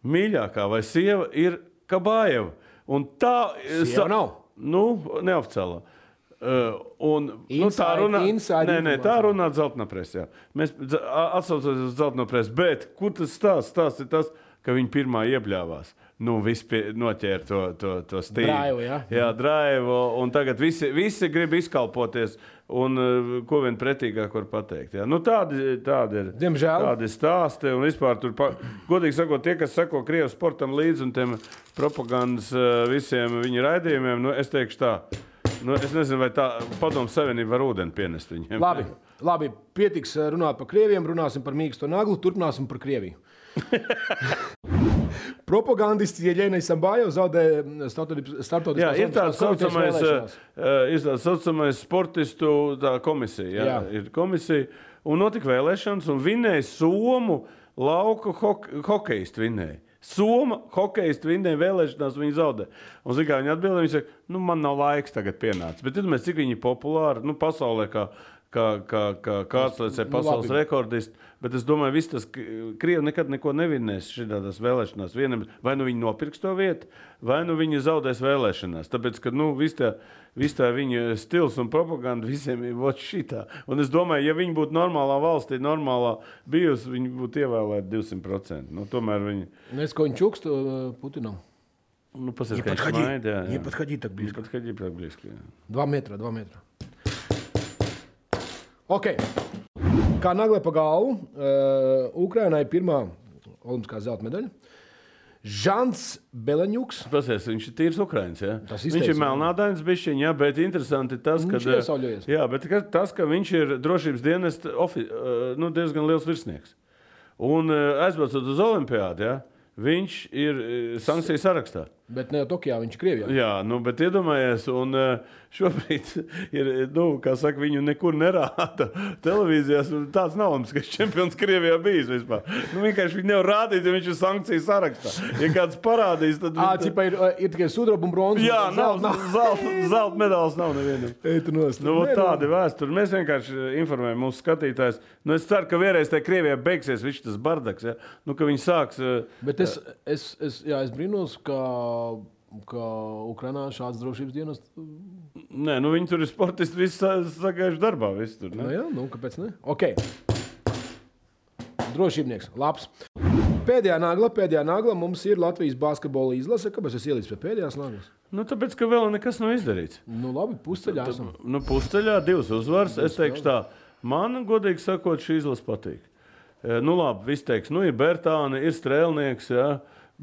Speaker 2: mīļākā vai sieva ir Kabājeva. Un tā
Speaker 3: Sieva nav.
Speaker 2: Nu, neoficiālā. Uh, un, nu, tā
Speaker 3: Inside-
Speaker 2: runā,
Speaker 3: inside
Speaker 2: nē, nē, tā
Speaker 3: informācija.
Speaker 2: runā dzeltenā presē. Mēs dze- a- atsaucamies uz dzeltenā presē, bet kur tas stāsts? Stāsts ir tas, ka viņi pirmā iebļāvās. Nu, vispār noķēra to, to, to stīvu.
Speaker 3: Draivu, jā.
Speaker 2: jā drāvu. Un tagad visi, visi grib izkalpoties. Un eh, ko vien pretīgāk var pateikt. jā. Nu, tādi, tādi ir.
Speaker 3: Diemžēl.
Speaker 2: Tādi stāsti. Un vispār tur, pa, godīgi sakot, tie, kas sako Krievijas sportam līdzi un tiem propagandas eh, visiem viņa raidījumiem, nu, es teikšu tā. Nu, es nezinu, vai tā padomu savienība var ūdeni pienest viņiem.
Speaker 3: Labi, labi, pietiks eh, runāt par krieviem, runāsim par mīkstu naglu, turpināsim par Krieviju. Propagandists Jeļenis Sambājovs zaudēja mm, startautiskās
Speaker 2: Jā, ir
Speaker 3: olimpiskās
Speaker 2: tāds
Speaker 3: komitejas
Speaker 2: saucamais,
Speaker 3: vēlēšanās.
Speaker 2: eh, ir tāds saucamais sportistu tā komisija. Jā, jā.
Speaker 3: Jā.
Speaker 2: Ir komisija, un notika vēlēšanas, un vinēja Somu lauka hok hokeistu vinēja. Soma hokeistu vinēja vēlēšanās, viņi zaudēja. Un, zin, kā viņi atbildēja, viņi saka, nu, man nav laiks tagad pienācis. Bet, iedomājieties, cik viņi ir populāri nu, pasaulē, kā, kā, kā, kā kāds līdz ar
Speaker 3: Nu,
Speaker 2: pasaules
Speaker 3: labi.
Speaker 2: rekordistu. Bet es domāju, ka tas k- Krievi nekad neko nevinēs šādās vēlēšanās. Vienam, vai nu viņi nopirks to vietu, vai nu viņi zaudēs vēlēšanās. Tāpēc, ka nu, viss tā, vis tā viņa stils un propaganda visiem ir vot šitā. Un es domāju, ja viņi būtu normālā valstī, normālā bijusi, viņi būtu ievēlēti 200%. Nu, tomēr viņi
Speaker 3: Nes Končuks э, Путину.
Speaker 2: nu, pasies, ka viņš
Speaker 3: подходи,
Speaker 2: maida, jā,
Speaker 3: не
Speaker 2: jā.
Speaker 3: подходи так близко.
Speaker 2: Не подходи так близко. jā.
Speaker 3: Два метра, два метра. Ok. Kā eh, nagle pa galvu, uh, Ukrainai pirmā olimpiskā zelta medaļa. Žants Beleņuks.
Speaker 2: Pasies, viņš ir tīrs Ukrāņš. Ja?
Speaker 3: Tas
Speaker 2: Viņš ir
Speaker 3: izteicis, jā.
Speaker 2: melnādains, bišķiņ, jā, bet interesanti tas, ka,
Speaker 3: Viņš ir iesauļojies.
Speaker 2: jā, bet ka- tas, ka viņš ir drošības dienesta ofi, eh, nu, diezgan liels virsnieks. Un eh, aizbraucot uz Olimpiādu, ja, viņš ir eh, sankciju sarakstā.
Speaker 3: Bet ne Tokijā, viņš ir Krievijā.
Speaker 2: Jā, nu, bet iedomājies, un eh, šobrīd ir, eh, nu, kā saka, viņu nekur nerāda televīzijās. un Tāds nav mums, kas čempions Krievijā bijis vispār. Nu, vienkārši viņi nevar rādīt, jo viņš ir sankciju sarakstā. Ja kāds parādīs, tad...
Speaker 3: Ā, Ah, cipa ir, eh, ir tikai sudraba un bronzas.
Speaker 2: Jā, nav, nav. Zelta, zelta medaļas nav nevienam.
Speaker 3: Eit nost.
Speaker 2: Nu, vot tāda ir vēsture. Mēs vienkārši eh, informējam mūsu skatītājus. Nu, es ceru, ka vienreiz tajā Krievijā beigsies viss tas bardaks. Ja? Nu, ka viņi sāks. eh,
Speaker 3: Bet es, es, es, jā, es brīnos, ka, ka Ukrainā šāds drošības dienas.
Speaker 2: Nē, nu, viņi tur ir sportisti, visi sa- sagājuši darbā. Visi tur,
Speaker 3: Nu,
Speaker 2: ne?
Speaker 3: jā, nu, kāpēc ne? Ok. Drošībnieks, labs. Pēdējā nagla, pēdējā nagla mums ir Latvijas basketbola izlase. Kāpēc es ielīdzu pie pēdējās naglas?
Speaker 2: nu, tāpēc, ka vēl nekas nav izdarīts.
Speaker 3: Nu, labi, pusceļā esam.
Speaker 2: Nu, pusceļā divas uzvaras. Es teikšu, tā, man, godīgi sakot, šī izlase patīk. E, Nu, labi, viss teiks, nu, ir Bertāne, ir strēlnieks. Jā.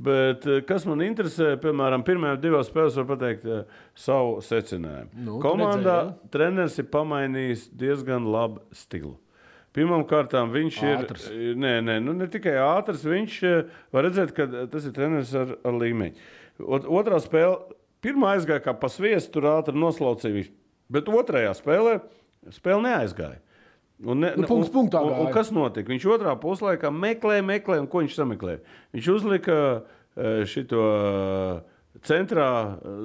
Speaker 2: Bet e, kas man interesē, piemēram, pirmajā divās spēlēs var pateikt e, savu secinājumu.
Speaker 3: Nu, tu
Speaker 2: Komandā
Speaker 3: redzēji,
Speaker 2: treneris ir pamainījis diezgan labu stilu. Pirmkārt, viņš
Speaker 3: Ātrs.
Speaker 2: ir. Nē, nē, nu ne tikai ātrs, viņš e, var redzēt, ka e, tas ir treneris ar, ar līmeņu. Ot- Otrā spēlē, pirmā aizgāja kā pa sviestu, tur ātri noslaucīja visu. Bet otrajā spēlē spēle neaizgāja. Un ne,
Speaker 3: Nu, punkts punktā
Speaker 2: un, un
Speaker 3: gāja.
Speaker 2: kas notika? Viņš otrā puslaikā meklēja, meklēja, un ko viņš sameklēja? Viņš uzlika eh, šito eh, centrā, eh,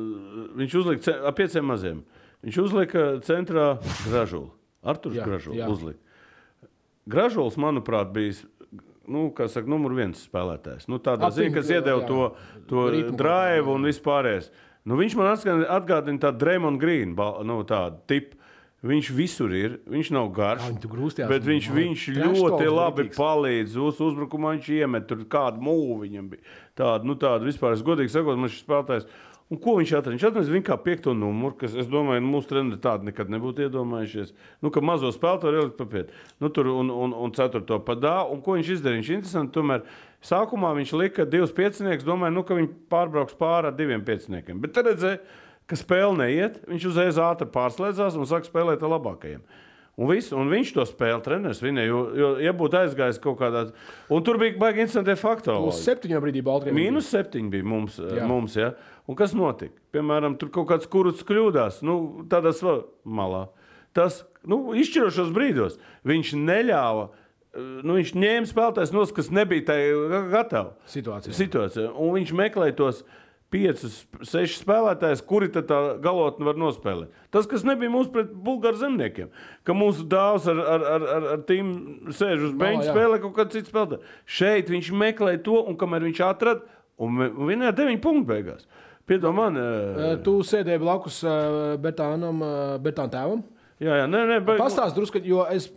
Speaker 2: viņš uzlika ce- ar pieciem maziem. Viņš uzlika centrā gražulu. Arktūrs
Speaker 3: Jā,
Speaker 2: gražulu
Speaker 3: jā.
Speaker 2: uzlika. Gražulis, manuprāt, bija nu, kā saka, numur viens spēlētājs. Nu, tādā
Speaker 3: Apim-
Speaker 2: ziņā, kas iedeva
Speaker 3: jā.
Speaker 2: to, to
Speaker 3: Ritmu.
Speaker 2: drive un vispārējais. Nu, viņš man atskan- atgādina tādu Dreamlandu Green, nu, tādu tipu. Viņš visur ir, viņš nav garš.
Speaker 3: Kā viņi tur grūstījās?
Speaker 2: bet viņš,
Speaker 3: Man
Speaker 2: viņš
Speaker 3: trash
Speaker 2: ļoti
Speaker 3: talk
Speaker 2: labi
Speaker 3: vajadzīgs.
Speaker 2: palīdz. Uz uzbrukumā viņš iemet tur kādu mūvu. Viņam bija tāda, nu, tāda vispār, es godīgi sakot, man šis spēlētājs. Un ko viņš atrada? Viņš atrada viņu kā piekto numuru, kas, es domāju, nu, mūsu treniņi tādu nekad nebūtu iedomājušies. Nu, ka mazo spēlētāju var ielikt papīt. Nu, tur un, un, un ceturto padā. Un ko viņš izdarīja? Viņš interesanti, tomēr sākumā viņš lika divus pieciniekus, domāja, nu, ka viņi pārbrauks pāri ar diviem pieciniekiem. Bet tad redzēja, ka spēle neiet, viņš uzreiz ātri pārslēdzās un sāk spēlēt ar labākajiem. Un, viss, un viņš to spēlēja, treneris viņa, jo, jo ja būtu aizgājis kaut kādā. Un tur bija baigi incidenti
Speaker 3: uh, Uz
Speaker 2: faktori.
Speaker 3: septiņiem brīdī Baltkrievijā.
Speaker 2: Mīnus septiņi bija mums.
Speaker 3: Jā.
Speaker 2: Jā. mums ja? Un kas notika? Piemēram, tur kaut kāds kurus kļūdās, nu, tādā sva- malā. Tas nu, izšķirošos brīdos viņš neļāva. Nu, viņš ņēma spēlētājs nos, kas nebija tajā gatavs
Speaker 3: situācijā.
Speaker 2: situācijā. Un viņš meklē tos piecus, sešus spēlētājus, kuri tad tā galotni var nospēlēt. Tas, kas nebija mūsu pret Bulgāru zemniekiem, ka mūsu dāvs ar, ar, ar, ar, ar tīm sēž uz beigām,
Speaker 3: jā.
Speaker 2: spēlē kaut kādu citu spēlētāju. Šeit viņš meklē to, un kamēr viņš atrada, un vi- un viņa 9 punktu beigās. Piedod man,
Speaker 3: Eh,
Speaker 2: eh,
Speaker 3: Tu sēdēji blakus eh, Bertānam, eh, Bertāna tēvam.
Speaker 2: jā, jā, nē, nē, beigās.
Speaker 3: Pastāst drusku, jo es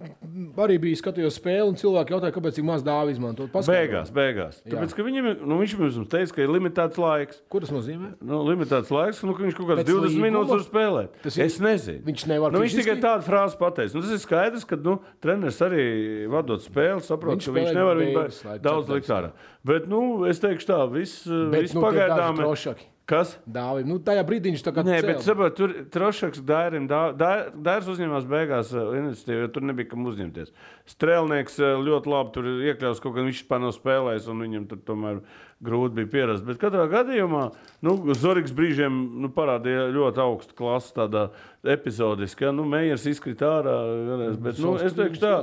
Speaker 3: arī biju skatījos spēli, un cilvēki jautāja, kāpēc tik maz dāvā izmantot. Paskaidro.
Speaker 2: Beigās, beigās. Tāpēc, ka viņam, ir- nu, viņš mums teica, ka ir limitēts laiks.
Speaker 3: Ko tas nozīmē?
Speaker 2: Nu, limitēts laiks, nu, ka viņš kaut kādas
Speaker 3: Pēc
Speaker 2: 20
Speaker 3: līguma?
Speaker 2: minūtes var spēlēt.
Speaker 3: Tas
Speaker 2: Tas
Speaker 3: ir-
Speaker 2: ir, es nezinu.
Speaker 3: viņš nevar
Speaker 2: nu, viņš
Speaker 3: fiziski?
Speaker 2: tikai tādu frāzi pateica. Nu, tas ir skaidrs, ka nu, treneris arī vadot spēli saprot, viņš
Speaker 3: Viņš
Speaker 2: ka viņš
Speaker 3: spēlē
Speaker 2: nevar viņu
Speaker 3: beigas,
Speaker 2: ba-
Speaker 3: lai
Speaker 2: daudz likt ārā. Bet nu, es teikšu tā, viss,
Speaker 3: Bet,
Speaker 2: viss
Speaker 3: nu,
Speaker 2: nu,
Speaker 3: tie
Speaker 2: pagaidām
Speaker 3: daži
Speaker 2: ir.
Speaker 3: trošaki.
Speaker 2: Kas?
Speaker 3: Dāvim. Nu, tajā brīdī viņš tā kā
Speaker 2: Nē,
Speaker 3: cēla.
Speaker 2: bet saprot, tur Trošaks Dairim, Dā- Dā- Dairs uzņēmās beigās eh, iniciatīvu, jo tur nebija kam uzņemties. Strēlnieks eh, ļoti labi tur ir iekļauts, kaut gan viņš vispār nav spēlējis, un viņam tur tomēr grūti bija pierast. Bet katrā gadījumā nu, Zorgs brīžiem nu, parādīja ļoti augstu klasu tādā epizodiski. Ja? Nu, Meijers izkrita ārā, vienreiz, bet nu,
Speaker 3: Sols
Speaker 2: es
Speaker 3: tur
Speaker 2: teikšu tā.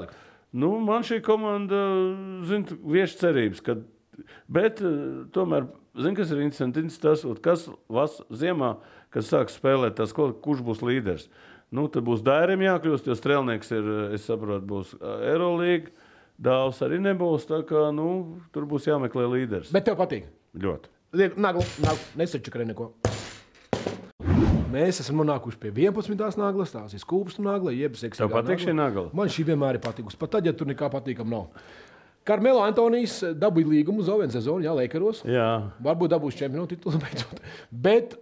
Speaker 2: Nu, man šī komanda, zinu, vieši cerības, ka Bet, eh, tomēr, zini, kas ir interesants, tas, ot, kas vas, ziemā, kas sāks spēlēt, tas, ko, kurš būs līderis. Nu, tad būs dairim jākļūst, jo strēlnieks ir, eh, es saprotu, būs Eirolandes. Dāvs arī nebūs. Tā kā nu, tur būs jāmeklē līderis.
Speaker 3: bet tev patīk.
Speaker 2: Ļoti.
Speaker 3: Liek, Nagla, nagla. nesačakarē neko. Mēs esam nonākuši pie 11. naglas, tās ir skūpstu nagla, jeb seksīgā
Speaker 2: Tev patīk šī nagla?
Speaker 3: Man šī vienmēr ir patikusi, pat tad, ja tur nekā patīkam nav. Karmelo Antonijs dabūja līgumu uz Ovens sezonu, jā, Leikaros.
Speaker 2: Jā.
Speaker 3: Varbūt dabūs čempionu titulu beidzot. Bet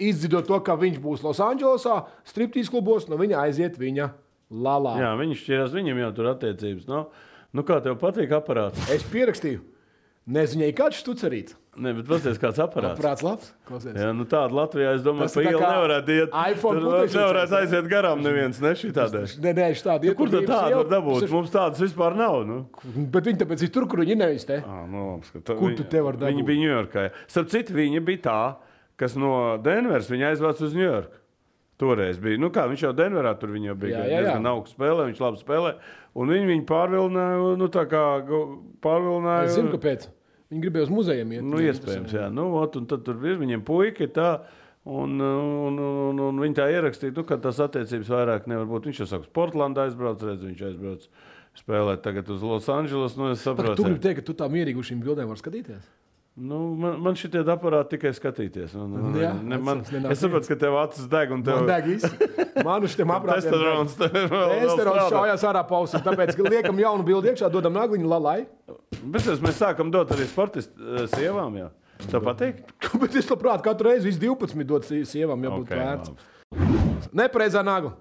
Speaker 3: izdzirdot to, ka viņš būs Losandželosā, striptīs klubos, no viņa aiziet viņa lalā. Jā.
Speaker 2: Jā, viņš šķirās, viņam jau tur attiecības nav. Nu, kā tev patīk aparāts?
Speaker 3: Es pierakstīju, nezināju, kāds ir štucerīts.
Speaker 2: Nē, bet paskatieties, kāds aparāts.
Speaker 3: Prāts labs. Klausies.
Speaker 2: Jā, nu tāda Latvijā, es domāju,
Speaker 3: Tas
Speaker 2: ka
Speaker 3: ir tā
Speaker 2: iela
Speaker 3: kā
Speaker 2: nevarētu iet.
Speaker 3: iPhone
Speaker 2: tur
Speaker 3: putekļi
Speaker 2: nevarētu
Speaker 3: ceļā.
Speaker 2: aiziet garām neviens, ne šī tādā.
Speaker 3: Nē, nē, es tādu
Speaker 2: Ja Nu, kur tad tādu var dabūt? Mums tādas vispār nav. Nu.
Speaker 3: Mhm. Bet viņi tāpēc ir tur, kur viņi nevis te.
Speaker 2: Ah, nu, labs, ka tā,
Speaker 3: Kur tu te vari
Speaker 2: Viņa
Speaker 3: dabūt?
Speaker 2: bija Ņujorkā. jā. Starp citu, viņa bija tā, kas no Denveras viņa aizvāca uz Ņujorku. Toreiz bija. Nu, kā, viņš jau Denverā tur viņa jau bija.
Speaker 3: Jā,
Speaker 2: gan
Speaker 3: jā, jā.
Speaker 2: diezgan augsts spēlē, viņš labi spēlē. Un viņi viņu pārvilināja. Nu, tā kā gu- pārvilināja.
Speaker 3: Es zinu, kāpēc. Viņi gribēja uz muzejiem iet.
Speaker 2: Nu, iespējams, jā. Nu, ot, un tad tur ir viņiem puika. ir Tā, un, un, un, un viņi tā ierakstīja, nu, ka tas attiecības vairāk nevar būt. Viņš jau saka, Portlandā aizbrauc, redz, viņš aizbrauc spēlēt tagad uz Losandželos. Nu, es
Speaker 3: Pat,
Speaker 2: saprotu,
Speaker 3: tu gribi teikt, ka tu tā mierīgi uz šīm bildēm vari skatīties?
Speaker 2: Nu, man, man šie aparāti tikai skatīties. Un, un,
Speaker 3: Jā,
Speaker 2: ne, man,
Speaker 3: acis nenāk
Speaker 2: es saprotu, ka tev acis deg un tev
Speaker 3: Man deg viss. Man uz tiem aprātiem. deg.
Speaker 2: testosterons. tev vēl- vēl
Speaker 3: Testosterons
Speaker 2: strādā.
Speaker 3: šaujās ārā pausī. Tāpēc ka liekam jaunu bildi iekšā, dodam nagliņu lalai.
Speaker 2: Bet tas mēs sākam dot arī sportistiem, sievām. Jā. Tev patīk?
Speaker 3: Bet es labprāt katru reizi visu 12 dod sie- sievām, ja būtu
Speaker 2: Ok,
Speaker 3: vērts.
Speaker 2: labi.
Speaker 3: Nepareizā nagla.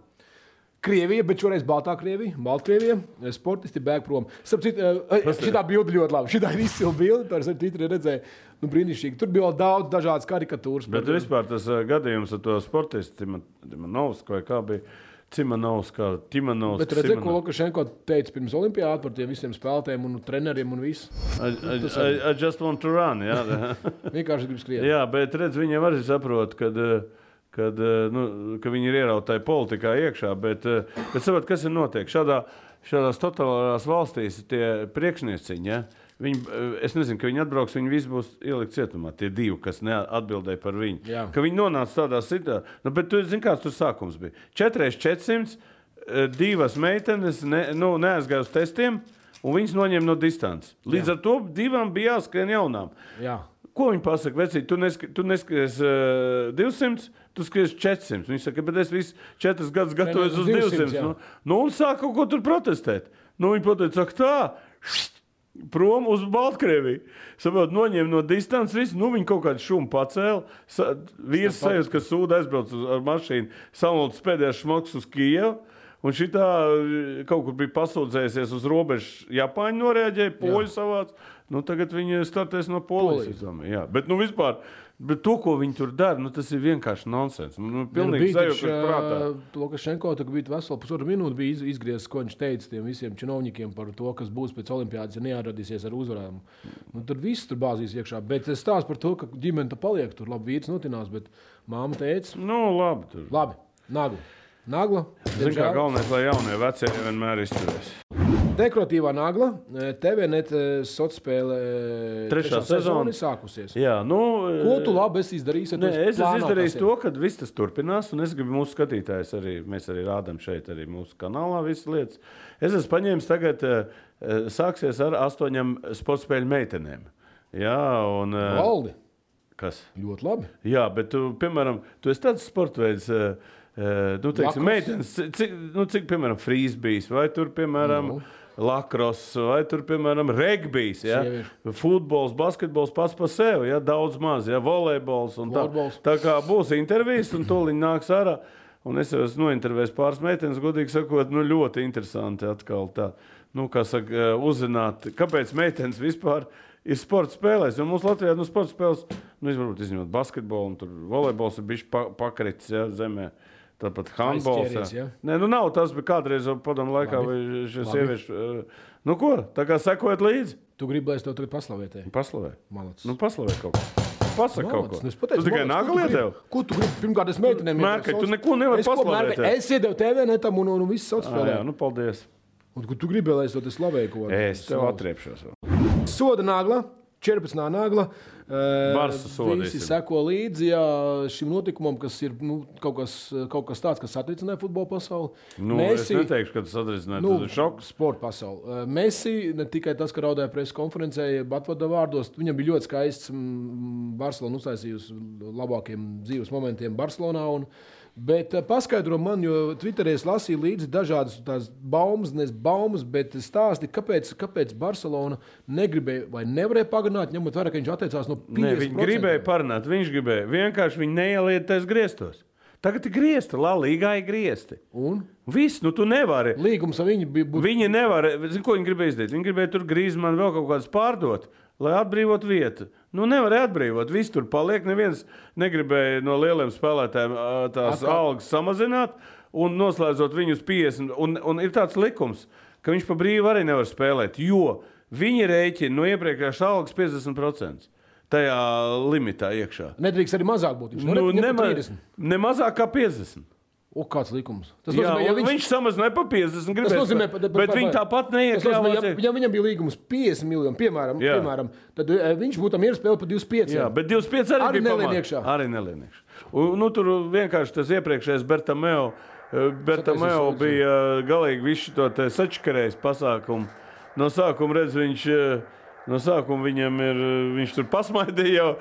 Speaker 3: Krievija, bet šoreiz Baltā Krievija, Baltkrievija, eh, sportisti bēg prom. Starp citu, eh, eh, šitā bilde ļoti labi. Šitā ir izcila bilde, to es arī Twitterī redzēju. Nu, brīnišķīgi. Tur bija vēl daudz dažādas karikatūras.
Speaker 2: Bet vispār tas eh, gadījums ar to sportistu Timanovsku vai kā bija Cimanovska, Timanovska.
Speaker 3: Bet redzēju, ko Lukašenko teica pirms olimpiāda par tiem visiem spēlētājiem un treneriem un visu.
Speaker 2: I, I, I just want to run. Jā,
Speaker 3: Vienkārši grib skriet.
Speaker 2: jā bet redz, viņi jau arī saprot, ka. Kad, eh, nu, ka viņi ir ierauti politikā iekšā, bet, eh, bet saprot, kas ir notiek? Šādā, šādās totalitārās valstīs tie priekšnieciņi, ja, viņi, eh, es nezinu, ka viņi atbrauks, viņi visi būs ielikt cietumā, tie divi, kas neatbildēja par viņu.
Speaker 3: Jā.
Speaker 2: Ka viņi nonāca tādā situācijā, nu, bet tu zini, kāds tur sākums bija. 4,400, eh, divas meitenes ne, nu, neaizgāja uz testiem, un viņas noņēma no distances. Līdz Jā. ar to divām bija jāskrien jaunām.
Speaker 3: Jā.
Speaker 2: Ko viņi pasaka? Vecīt, tu, nesk tu neskries uh, 200, tu skries 400. Viņi saka, bet es visu četrus gadus gatavojos
Speaker 3: uz
Speaker 2: uz
Speaker 3: 200,
Speaker 2: 200. 200
Speaker 3: jā.
Speaker 2: nu, nu, un sāk kaut ko tur protestēt. Nu, viņi pateica, ak, tā. št, Prom uz Baltkrieviju. Saprot, noņem no distances visu, nu viņi kaut kādu šumu pacēla. sa- Vīrs sajūta, ka sūda aizbrauc uz, ar mašīnu, samults pēdējais šmoks uz Kijevu. Un šī tā kaut kur bija pasūdzējusies uz robežas. Japāņi noreaģēja, poļi savāc. Nu, tagad viņi startēs no polijas.
Speaker 3: Polijas.
Speaker 2: es domāju, Jā, bet nu vispār. Bet to, ko viņi tur dara, nu, tas ir vienkārši nonsens. Nu, pilnīgi
Speaker 3: Bija
Speaker 2: sajūta, ka prātā.
Speaker 3: Lukašenko tur bija vesela pusotra minūte, bija iz- izgriezis, ko viņš teica tiem visiem činovniekiem par to, kas būs pēc olimpiādas, ja neatradīsies ar uzvarām. Nu, tur viss tur bāzīs iekšā. Bet es stāstu par to, ka ģimene tur paliek, tur labi vīrs notinās, bet māma teica,
Speaker 2: Nu, labi. Tur.
Speaker 3: labi, nagla. Nagla.
Speaker 2: Zinu, kā
Speaker 3: diemžēl.
Speaker 2: galvenais, lai jaunie vecie vienmēr izturēs.
Speaker 3: Dekoratīvā nagla. TV net sociālā
Speaker 2: Trešā sezona.
Speaker 3: ir sākusies.
Speaker 2: Jā, nu,
Speaker 3: Ko tu labi esi izdarījis? ja tu
Speaker 2: Nē,
Speaker 3: esi
Speaker 2: es esmu
Speaker 3: plānā
Speaker 2: izdarījis
Speaker 3: tas
Speaker 2: to, ka viss tas turpinās, un es gribu mūsu skatītājus arī, mēs arī rādām šeit, arī mūsu kanālā visas lietas. Es esmu paņēmis tagad, eh, eh, sāksies ar astoņām sporta spēļu meitenēm. Jā, un
Speaker 3: ir?
Speaker 2: eh,
Speaker 3: Valdi.
Speaker 2: kas?
Speaker 3: Ļoti labi.
Speaker 2: Jā, bet, tu, piemēram, tu esi tāds sports veids, eh, eh, nu, teiksim,
Speaker 3: Lakross.
Speaker 2: meitenes, ci- cik, nu, cik, piemēram, frīzbīs, vai tur, piemēram, no. lakros, vai tur, piemēram, regbijs, ja? futbols, basketbols pats par sevi, ja? daudz maz, ja? volejbols un tā.
Speaker 3: Florbols.
Speaker 2: Tā kā būs intervijas, un tūlīt nāks ārā. Un es jau esmu nointervējis pāris meitenes, godīgi sakot, nu, ļoti interesanti atkal tā, nu, kā saka, eh, uzzināt, kāpēc meitenes vispār ir sports spēlēs. Jo mums Latvijā, nu, sports spēles, nu, varbūt izņemot basketbolu, un tur volejbols ir bijis pa pakritis ja, zemē. Tāpat handbols.
Speaker 3: Aizķēries,
Speaker 2: jā.
Speaker 3: jā.
Speaker 2: Nē, nu nav tas, bet kādreiz jau padomu laikā vai šie sievieši. eh, Nu, ko? Tā kā sekojat līdzi?
Speaker 3: Tu gribi, lai es tev tagad eh, paslavētēju.
Speaker 2: Paslavē.
Speaker 3: Malacis.
Speaker 2: Nu, paslavē kaut ko. Pasaka kaut ko.
Speaker 3: Malacis, nu es pateicu,
Speaker 2: tu tikai
Speaker 3: malacis, ko
Speaker 2: nāga
Speaker 3: tu gribi?
Speaker 2: lietā.
Speaker 3: Ko tu gribi? Pirmkārt, es meitenēm
Speaker 2: Mērķi,
Speaker 3: iedevu
Speaker 2: tu
Speaker 3: sauc-
Speaker 2: neko nevari
Speaker 3: Es ko
Speaker 2: paslavēt,
Speaker 3: mērķi-
Speaker 2: jā.
Speaker 3: Es iedevu TV netam un, un, un viss
Speaker 2: Ah, jā,
Speaker 3: atspēlēju.
Speaker 2: nu, paldies.
Speaker 3: Un ko tu gribi, lai es to te slavēju? Ko,
Speaker 2: Es tev atriepšos. vēl.
Speaker 3: Soda nagla. 14. nagla. eh,
Speaker 2: Barsu sodīsim.
Speaker 3: Visi seko līdzi jā, šim notikumam, kas ir nu, kaut, kas, kaut kas tāds, kas satricināja futbola pasauli.
Speaker 2: Nu, es neteikšu, ka tas atrisinās nu, šoks.
Speaker 3: Sporta pasaule. Mēsī ne tikai tas, ka raudāja preses konferencē, bet arī vārdos. Viņam bija ļoti skaists. mm, Barcelona uztaisījusi labākiem dzīves momentiem Barcelonā. Un, bet eh, paskaidro man, jo Twitterī es lasīju līdzi dažādas tās baumas, nevis baumas, bet stāsti, kāpēc, kāpēc Barcelona negribēja vai nevarēja pagarināt, ņemot vērā, ka viņš atteicās no
Speaker 2: Nē, viņi
Speaker 3: 50%.
Speaker 2: gribēja parunāt. Viņš gribēja. Vienkārši viņi neielietas griestos. Tagad ir griezti, Lalīgā ir griezti.
Speaker 3: Un
Speaker 2: Viss, nu tu nevari.
Speaker 3: līgums ar viņu bija. būtu-
Speaker 2: Viņi nevar, zini, ko viņi gribēja izdarīt. Viņi gribēja tur grīzīt, man vēl kaut kādas pārdot, lai atbrīvotu vietu. Nu, nevarēja atbrīvot. Viss tur paliek. Neviens negribēja no lieliem spēlētājiem ā, tās
Speaker 3: Atkal.
Speaker 2: algas samazināt un noslēdzot viņus 50. Un, un ir tāds likums, ka viņš pa brīvu arī nevar spēlēt, jo viņi rēķina no iepriekšējās algas 50% tajā limitā iekšā.
Speaker 3: Nedrīkst arī mazāk būt. Viņš
Speaker 2: Nu,
Speaker 3: nevar būt
Speaker 2: nema,
Speaker 3: 30.
Speaker 2: ne mazāk kā 50.
Speaker 3: O, kāds likums? Tas
Speaker 2: Jā,
Speaker 3: nozīmē, ja
Speaker 2: viņš... viņš samazināja pa 50.
Speaker 3: Tas
Speaker 2: gribēja
Speaker 3: nozīmē,
Speaker 2: spēlēt, bet viņi tāpat neiekļāvās.
Speaker 3: Ja,
Speaker 2: iek-
Speaker 3: ja viņam bija līgums 50 miljoni, piemēram,
Speaker 2: Jā.
Speaker 3: piemēram tad eh, viņš būtu mieru spēlējis par 25.
Speaker 2: Jā, bet 25 arī,
Speaker 3: Arī
Speaker 2: bija
Speaker 3: nelien
Speaker 2: pamāts.
Speaker 3: iekšā.
Speaker 2: Arī nelien iekšā. Un, nu, tur vienkārši tas iepriekšējais Bertameo, eh, Bertameo
Speaker 3: Sakaisies,
Speaker 2: bija eh, galīgi visu to te sačkarējis pasākumu. No sākuma redz, viņš, eh, no sākuma viņam ir, eh, viņš tur pasmaidīja jau.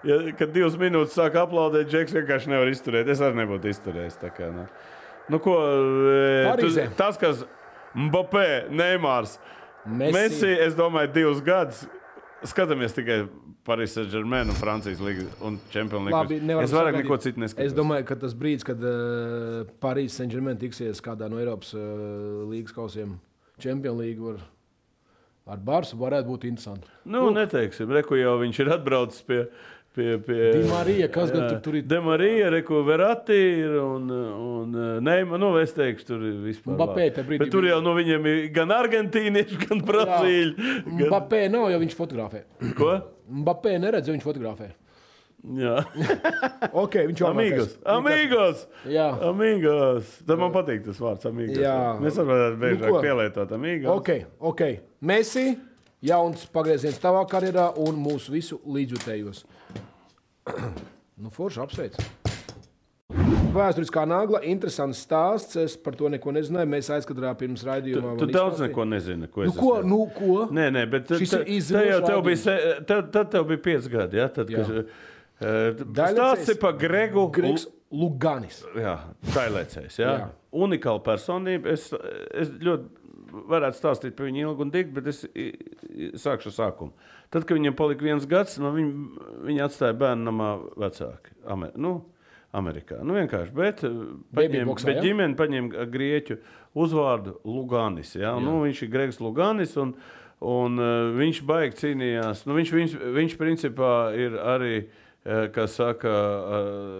Speaker 2: Ja, kad divas minūtes sāk aplaudēt, Džeks vienkārši nevar izturēt. Es arī nebūtu izturējis. tā Kā, nu. Nu, ko, eh, tu-
Speaker 3: Parīzē.
Speaker 2: tas, kas Mbappé, Neimārs,
Speaker 3: Messi.
Speaker 2: Messi, es domāju, divus gadus skatāmies tikai Parīzes Saint-Germain un Francijas līniju un Champions
Speaker 3: Labi,
Speaker 2: League.
Speaker 3: nevaram
Speaker 2: Es vairāk
Speaker 3: sagaidīt.
Speaker 2: neko citu neskatos.
Speaker 3: Es domāju, ka tas brīdis, kad uh, Parīzes Saint-Germain tiksies kādā no Eiropas uh, līnijas kausiem, Champions League var, ar Barsu, varētu būt interesanti.
Speaker 2: nu, neteiksim, reku jau viņš ir atbraucis pie. Pie, pie
Speaker 3: Di Marija, kas gan tur- tur ir?
Speaker 2: Demarija, Reku Verati ir un, un Neima. Nu, es teikšu, tur ir vispār.
Speaker 3: Mbappé te
Speaker 2: labi.
Speaker 3: brīdī
Speaker 2: Bet tur
Speaker 3: bija.
Speaker 2: jau nu, viņiem ir gan argentīnieši, gan brazīļi. Gan...
Speaker 3: Mbappé nav, jo viņš fotografē.
Speaker 2: Ko?
Speaker 3: Mbappé neredz, jo viņš fotografē.
Speaker 2: Jā.
Speaker 3: Okay, viņš jau
Speaker 2: Amigos. Amigos.
Speaker 3: Jā.
Speaker 2: Oh. Amigos. Tad man patīk tas vārds. Amigos.
Speaker 3: Jā. Nu,
Speaker 2: Mēs varam biežāk
Speaker 3: ko?
Speaker 2: pielietot amigos.
Speaker 3: Ok, ok. Messi, jauns pagrieziens tavā karjerā un mūsu visu līdzjutējos. nu, forši apsveic. Vēsturiskā nagla, interesants stāsts. Es par to neko nezināju. Mēs aizskatrā pirms raidījuma.
Speaker 2: Tu daudz neko nezini, ko es
Speaker 3: Nu, ko?
Speaker 2: esmu.
Speaker 3: Nu, ko?
Speaker 2: Nē, nē, bet tad,
Speaker 3: Šis ir
Speaker 2: tad, tad
Speaker 3: izzinošs
Speaker 2: jau tev bija,
Speaker 3: rādījums.
Speaker 2: se- tad, tad tev bija pieci gadi. Ja? Tad,
Speaker 3: Jā.
Speaker 2: kad, uh,
Speaker 3: Daļlecējs.
Speaker 2: stāsti par Gregu.
Speaker 3: Gregs Luganis.
Speaker 2: Jā, Dailēcējs. Jā.
Speaker 3: Jā.
Speaker 2: Jā. Unikāla personība. Es, es ļoti varētu stāstīt par viņu ilgi un dikti, bet es i- i- sākšu ar sākumu. Tad, kad viņam palika viens gads, no viņa, viņa atstāja bērnu namā vecāki. Amer, nu, Amerikā. Nu, vienkārši. Bet, eh, paņēma-
Speaker 3: boxā,
Speaker 2: bet
Speaker 3: jā?
Speaker 2: ģimene paņēma grieķu uzvārdu Luganis. Jā? Jā. Nu, viņš ir Gregs Luganis. Un, un eh, viņš baigi cīnījās. Nu, viņš, viņš, viņš principā ir arī. eh, Kā saka,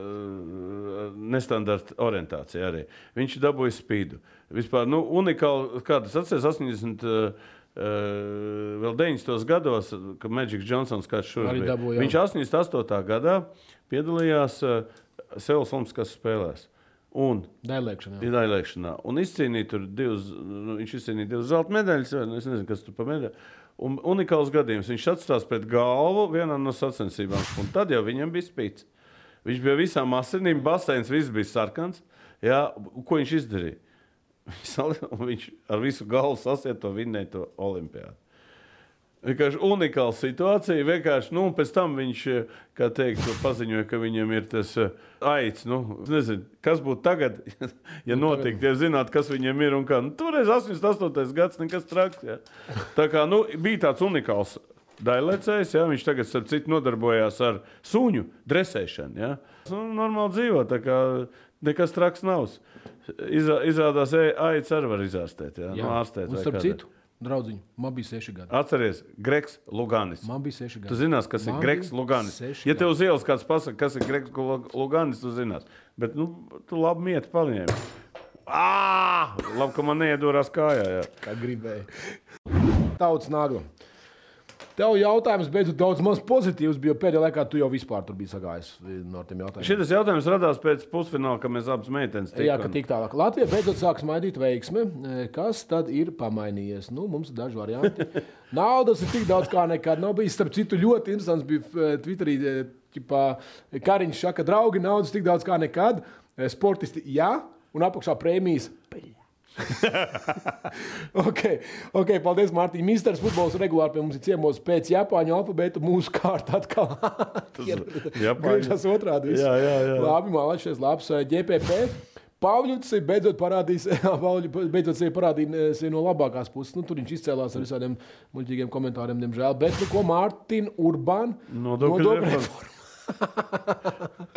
Speaker 2: eh, nestandarta orientācija arī. Viņš dabūja spīdu. Vispār nu, unikāli, kādas atceras 80, eh, eh, vēl 90. gados, kad Maģis Džonsons kāds šur
Speaker 3: Arī
Speaker 2: bija.
Speaker 3: dabūja, jā.
Speaker 2: Viņš 88. gadā piedalījās eh, Seulas Olimpiskās spēlēs. Un
Speaker 3: Dailēkšanā.
Speaker 2: Ir aizliekšanā. Un izcīnīja tur divas, nu, viņš izcīnīja divas zelta medaļas. vai nu, Es nezinu, kas tur pa medaļu. Un unikāls gadījums. Viņš atstās pret galvu vienā no sacensībām. Un tad jau viņam bija spīts. Viņš bija visām asinīm, basēns, viss bija sarkans. Jā, ko viņš izdarīja? Viņš sali- un Viņš ar visu galvu sasiet to vinnēju to olimpiādu. Vienkārši unikāla situācija. Vienkārši, nu, un pēc tam viņš eh, kā teikt, paziņoja, ka viņam ir tas eh, aids. Nu, es nezinu, kas būtu tagad, ja
Speaker 3: Nu,
Speaker 2: notiktu, ja zinātu, kas viņam ir. un kā. Nu, toreiz 88. gads, nekas traks. Jā. Tā kā nu, bija tāds unikāls daļlecējs, jā, viņš tagad, starp citu, nodarbojās ar suņu dresēšanu. Jā. Nu, normāli dzīvo, tā kā nekas traks nav. Izrā- Izrādās, ej, aids arī var izārstēt. Jā, jā. Nu, ārstēt,
Speaker 3: un
Speaker 2: vai
Speaker 3: starp
Speaker 2: kādā.
Speaker 3: citu, draudziņu, man bija seši gadi.
Speaker 2: Atceries, Gregs Luganis.
Speaker 3: Man bija seši gadi.
Speaker 2: Tu zinās, kas ir
Speaker 3: Man
Speaker 2: Gregs
Speaker 3: bija
Speaker 2: Luganis.
Speaker 3: seši
Speaker 2: Ja tev uz ielas kāds pasaka, kas ir Gregs Lu- Luganis, tu zinās. Bet nu, tu labi mieti paņēmi. Ah! Labi, ka man neiedūrās kājā. Jā.
Speaker 3: kā gribēja. Tauts nagla. Tev jautājums beidzot daudz maz pozitīvs, jo pēdējā laikā tu jau vispār tur biji sagājis eh, no tiem jautājumiem.
Speaker 2: Šis jautājums radās pēc pusfināla, kad mēs abas meitenes
Speaker 3: Jā, ka
Speaker 2: tikām.
Speaker 3: tik tālāk. Latvija beidzot sāks maidīt veiksmi. E, Kas tad ir pamainījies? Nu, mums ir daži varianti. Naudas ir tik daudz, kā nekad nav bijis. Starp citu, ļoti interesants bija e, Twitterī. e, Ķipā, Kariņš saka, draugi, naudas tik daudz kā nekad. E, Sportisti, jā, un apakšā prēmijas. Peļ. okay, ok, paldies, Mārtiņ. Ministrs futbols regulāri pie mums ir ciemos pēc Japāņu alfabēta. Mūsu kārta atkal ir
Speaker 2: Japāņu-
Speaker 3: griežas otrādi. viss.
Speaker 2: Jā, jā, jā.
Speaker 3: Labi, mālašies, labs eh, GPP. Pāvils ir beidzot parādījis, Pavļu- beidzot sevi parādīja eh, sevi no labākās puses. Nu, tur viņš izcēlās ar visādiem muļķīgiem komentāriem, diemžēl. Bet, nu, ko Mārtiņa Urbāna
Speaker 2: Nodokļu reforma.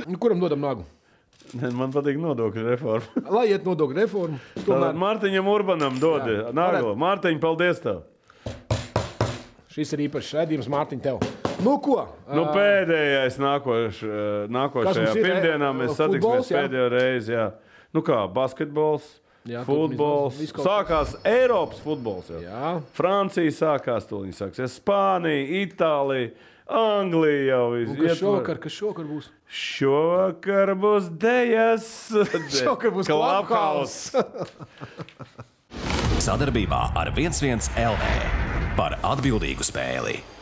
Speaker 3: Nu, kuram dodam nagu?
Speaker 2: Man patīk nodokļu reforma.
Speaker 3: Lai iet nodokļu reformu,
Speaker 2: Tomēr
Speaker 3: tomēr
Speaker 2: Mārtiņam Urbanam dod.
Speaker 3: Jā.
Speaker 2: Nāgo, Mārtiņ, paldies tev.
Speaker 3: šis ir īpašs raidījums Mārtiņ tev. Nu ko?
Speaker 2: Nu, pēdējais nākoš,
Speaker 3: Kas
Speaker 2: nākošajā
Speaker 3: mums ir?
Speaker 2: pirmdienā mēs
Speaker 3: Futbols,
Speaker 2: satiksimies
Speaker 3: jā?
Speaker 2: pēdējo reizi. Jā. Nu kā, basketbols,
Speaker 3: Jā, tur
Speaker 2: futbols.
Speaker 3: viss kaut
Speaker 2: Sākās Eiropas futbols. Jā.
Speaker 3: Jā.
Speaker 2: Francija sākās, tūlīt sāksies Spānija, Itālija, Anglija jau
Speaker 3: Un
Speaker 2: iziet.
Speaker 3: Kas šovakar, kas šovakar būs?
Speaker 2: Šovakar būs dejas.
Speaker 3: Šovakar būs Clubhouse.
Speaker 1: Sadarbībā ar 11 LV par atbildīgu spēli.